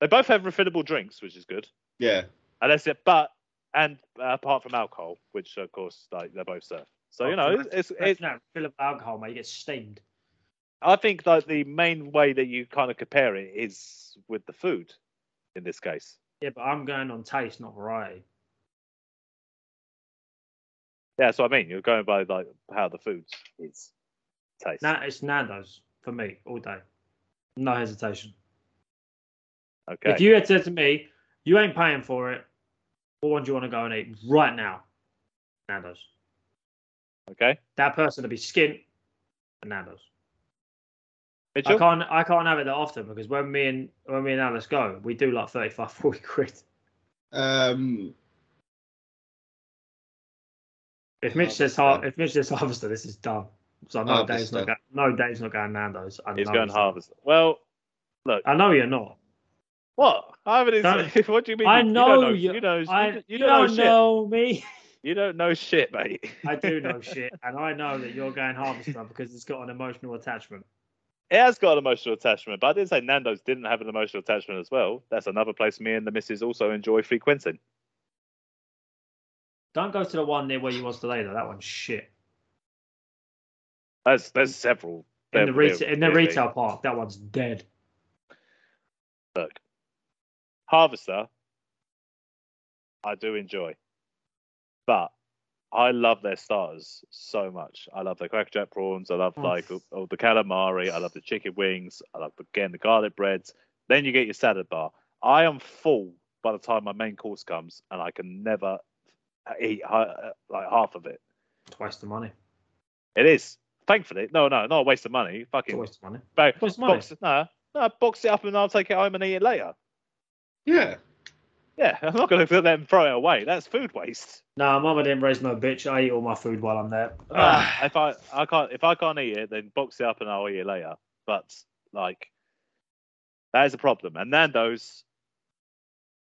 they both have refillable drinks, which is good. Yeah. And that's it. But and uh, apart from alcohol, which of course like they both serve. So Oh, you know, it's, it's, It's not fill up alcohol, mate. You get steamed. I think like the main way that you kind of compare it is with the food, in this case. Yeah, but I'm going on taste, not variety. Yeah, that's what I mean. You're going by like how the food is taste. Now it's Nando's for me all day. No hesitation. okay. If you had said to me, you ain't paying for it, what one do you want to go and eat right now? Nando's. okay. That person would be skint for Nando's. I Mitchell. can't I can't have it that often because when me and when me and Alice go, we do like 35, 40 quid. Um, If Mitch says har- if Mitch says harvester, this is dumb. So no Dave's Harvester. not going no Dave's not going Nando's. I He's know going he's not. harvest. Well, I know you're not. what? I haven't. Don't- what do you mean? I you- you know don't know you- You know. I, you, d- you don't, know, shit. me. You don't know shit, mate. I do know shit, and I know that you're going harvester because it's got an emotional attachment. It has got an emotional attachment, but I didn't say Nando's didn't have an emotional attachment as well. That's another place me and the missus also enjoy frequenting. Don't go to the one near where you was today though. That one's shit. There's there's several. In the There- retail there- in the there- retail park, that one's dead. Look, Harvester, I do enjoy, but I love their starters so much. I love the crackerjack prawns. I love Mm. like all, all the calamari. I love the chicken wings. I love again the garlic breads. Then you get your salad bar. I am full by the time my main course comes, and I can never eat hi- like half of it. Twice the money. It is thankfully no, no, not a waste of money. It's Fucking always the money. bo- Twice the money. box, no, no, box it up and I'll take it home and eat it later. yeah. Yeah, I'm not going to let them throw it away. That's food waste. No, Mama didn't raise no bitch. I eat all my food while I'm there. Ah, if I, I can't if I can't eat it, then box it up and I'll eat it later. But like, that is a problem. And Nando's,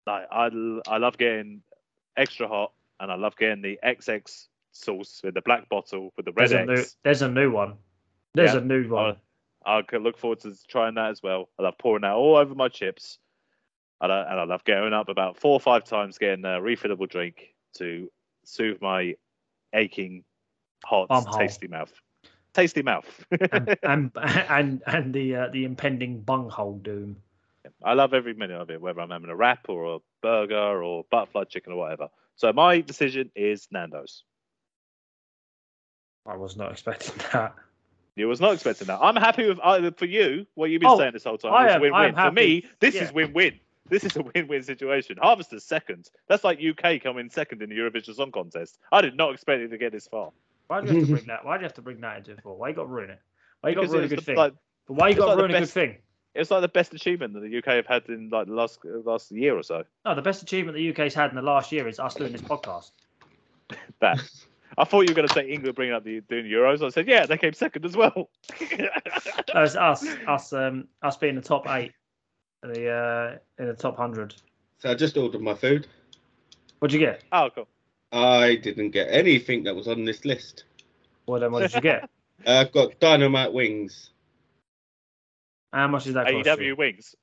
like I l- I love getting extra hot, and I love getting the XX sauce with the black bottle with the red there's a new X. there's a new one. There's Yeah. Oh. a new one. I could look forward to trying that as well. I love pouring that all over my chips, and I, and I love going up about four or five times getting a refillable drink to soothe my aching, hot, Bumhole. tasty mouth. Tasty mouth. and, and and and the uh, the impending bunghole doom. I love every minute of it, whether I'm having a wrap or a burger or butterfly chicken or whatever. So my decision is Nando's. I was not expecting that. You was not expecting that. I'm happy with either for you. What you've been Oh, saying this whole time I is am- I win-win. am For me, this Yeah. is win-win. This is a win-win situation. Harvester's second. That's like UK coming second in the Eurovision Song Contest. I did not expect it to get this far. Why do you have to bring that? Why do you have to bring that into it for? Why you got to ruin it? Why you got to Because ruin a it was good the- thing? like, but why you it's got to like the ruin a good best- thing? it's like the best achievement that the UK have had in like the last uh, last year or so. No, the best achievement the UK's had in the last year is us doing this podcast. That I thought you were going to say England bringing up the doing Euros. I said, yeah, they came second as well. No, it's us, us, um, us being the top eight, in the uh, in the top hundred. So I just ordered my food. What'd you get? oh, cool. I didn't get anything that was on this list. Uh, Well, then, what did you get? I've got dynamite wings. How much is that? cost you? AEW wings.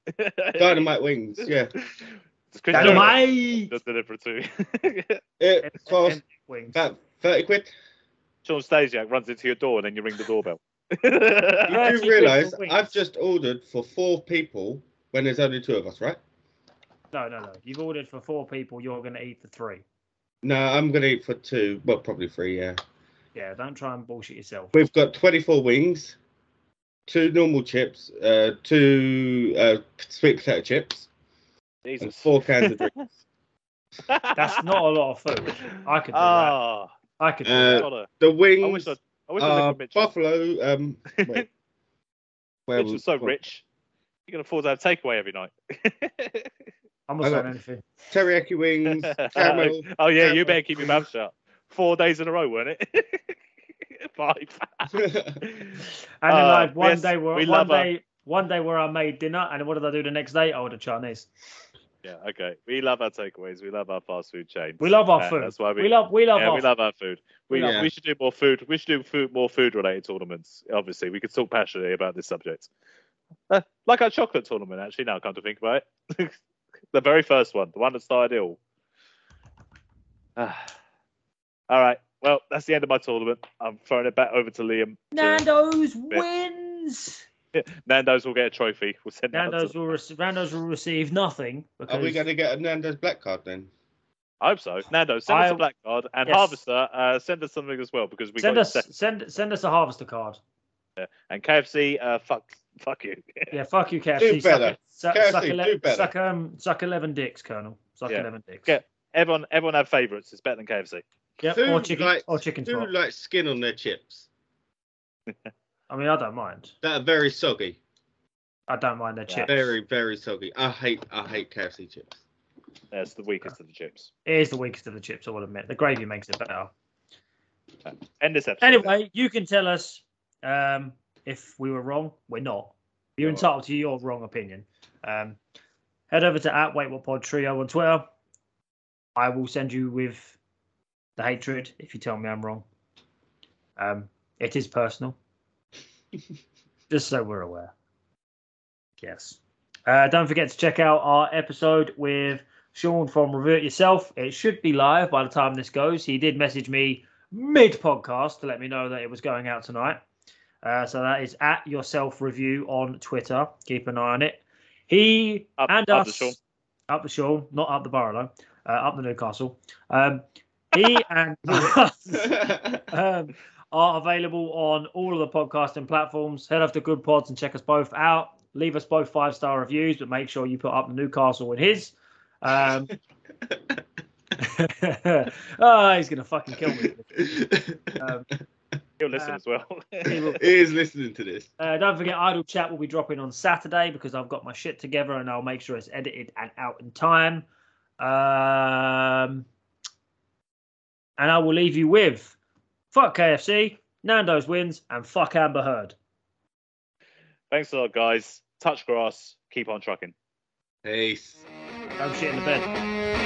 Dynamite wings. Yeah. Does Chris Jericho Dynamite. just deliver too. It cost Wings. about thirty quid. Sean Stasiak runs into your door and then you ring the doorbell. Yeah, You cheap do little realise wings. I've just ordered for four people when there's only two of us, right? No, no, no. You've ordered for four people. You're going to eat the three. No, I'm gonna eat for two. Well, probably three. Yeah. Yeah, don't try and bullshit yourself. We've got 24 wings, two normal chips, uh, two uh, sweet potato chips, and Jesus. four cans of drink. That's not a lot of food. I could do that. Ah, I could do Uh, that. Connor, The I wish wings I, I wish I are lived with Mitch. buffalo. Um, wait, where Mitch was- was so rich. You can afford to have takeaway every night. I'm not I saying got- anything. Teriyaki wings, caramel. oh yeah, you caramel. better keep your mouth shut. Four days in a row, weren't it? Five. And then Uh, like one yes, day we're Ah, we one love her. day One day where I made dinner, and what did I do the next day? I ordered Chinese. Yeah, okay. We love our takeaways. We love our fast food chains. We love our And food. That's why we, We love, we love, yeah, our we love our food. We, We love- we should do more food. We should do food, more food related tournaments. Obviously, we could talk passionately about this subject, Uh, like our chocolate tournament. Actually, now come to think about it, the very first one, the one that started it all. Ah. all right. Well, that's the end of my tournament. I'm throwing it back over to Liam. to- Nando's wins. Nando's will get a trophy. We'll send that out Nando's to- will, rec- Nando's will receive nothing because Are we going to get a Nando's black card then? I hope so. Nando, send us a I- black card and Yes. Harvester. Uh, send us something as well because we send got us second. send send us a harvester card. and KFC. Uh, fuck, fuck you. Yeah, fuck you, KFC. Do better. Suck- Suck, KFC, suck, do ele- better. suck, um, suck eleven dicks, Colonel. Suck Yeah. eleven dicks. Get- everyone, everyone have favourites. It's better than KFC. Yep, Do or chicken like- or chicken Do spot. like skin on their chips I mean, I don't mind. that are very soggy, I don't mind their Yeah. chips. very very soggy. I hate I hate KFC chips. That's the weakest of the chips. It is the weakest of the chips, I will admit. The gravy makes it better. End this episode. Anyway, you can tell us um, if we were wrong. We're not. You're No. entitled to your wrong opinion. Um, head over to at Wait What Pod Trio on Twitter. I will send you with the hatred if you tell me I'm wrong. Um, it is personal. Just so we're aware. Yes. Uh, don't forget to check out our episode with Sean from Revert Yourself. It should be live by the time this goes. He did message me mid podcast to let me know that it was going out tonight. Uh, so that is at yourself review on Twitter. Keep an eye on it. He Up- and up the us Sean. up the Sean, not up the Barrow, uh, up the Newcastle. Um, he and us um, are available on all of the podcasting platforms. Head off to Good Pods and check us both out. Leave us both five star reviews, but make sure you put up Newcastle in his. Um, oh, he's gonna fucking kill me. Um, He'll listen uh, as well. he will- He is listening to this. uh, don't forget, Idle Chat will be dropping on Saturday because I've got my shit together and I'll make sure it's edited and out in time. Um, and I will leave you with fuck KFC, Nando's wins, and fuck Amber Heard. Thanks a lot, guys. Touch grass. Keep on trucking. Peace. Don't shit in the bed.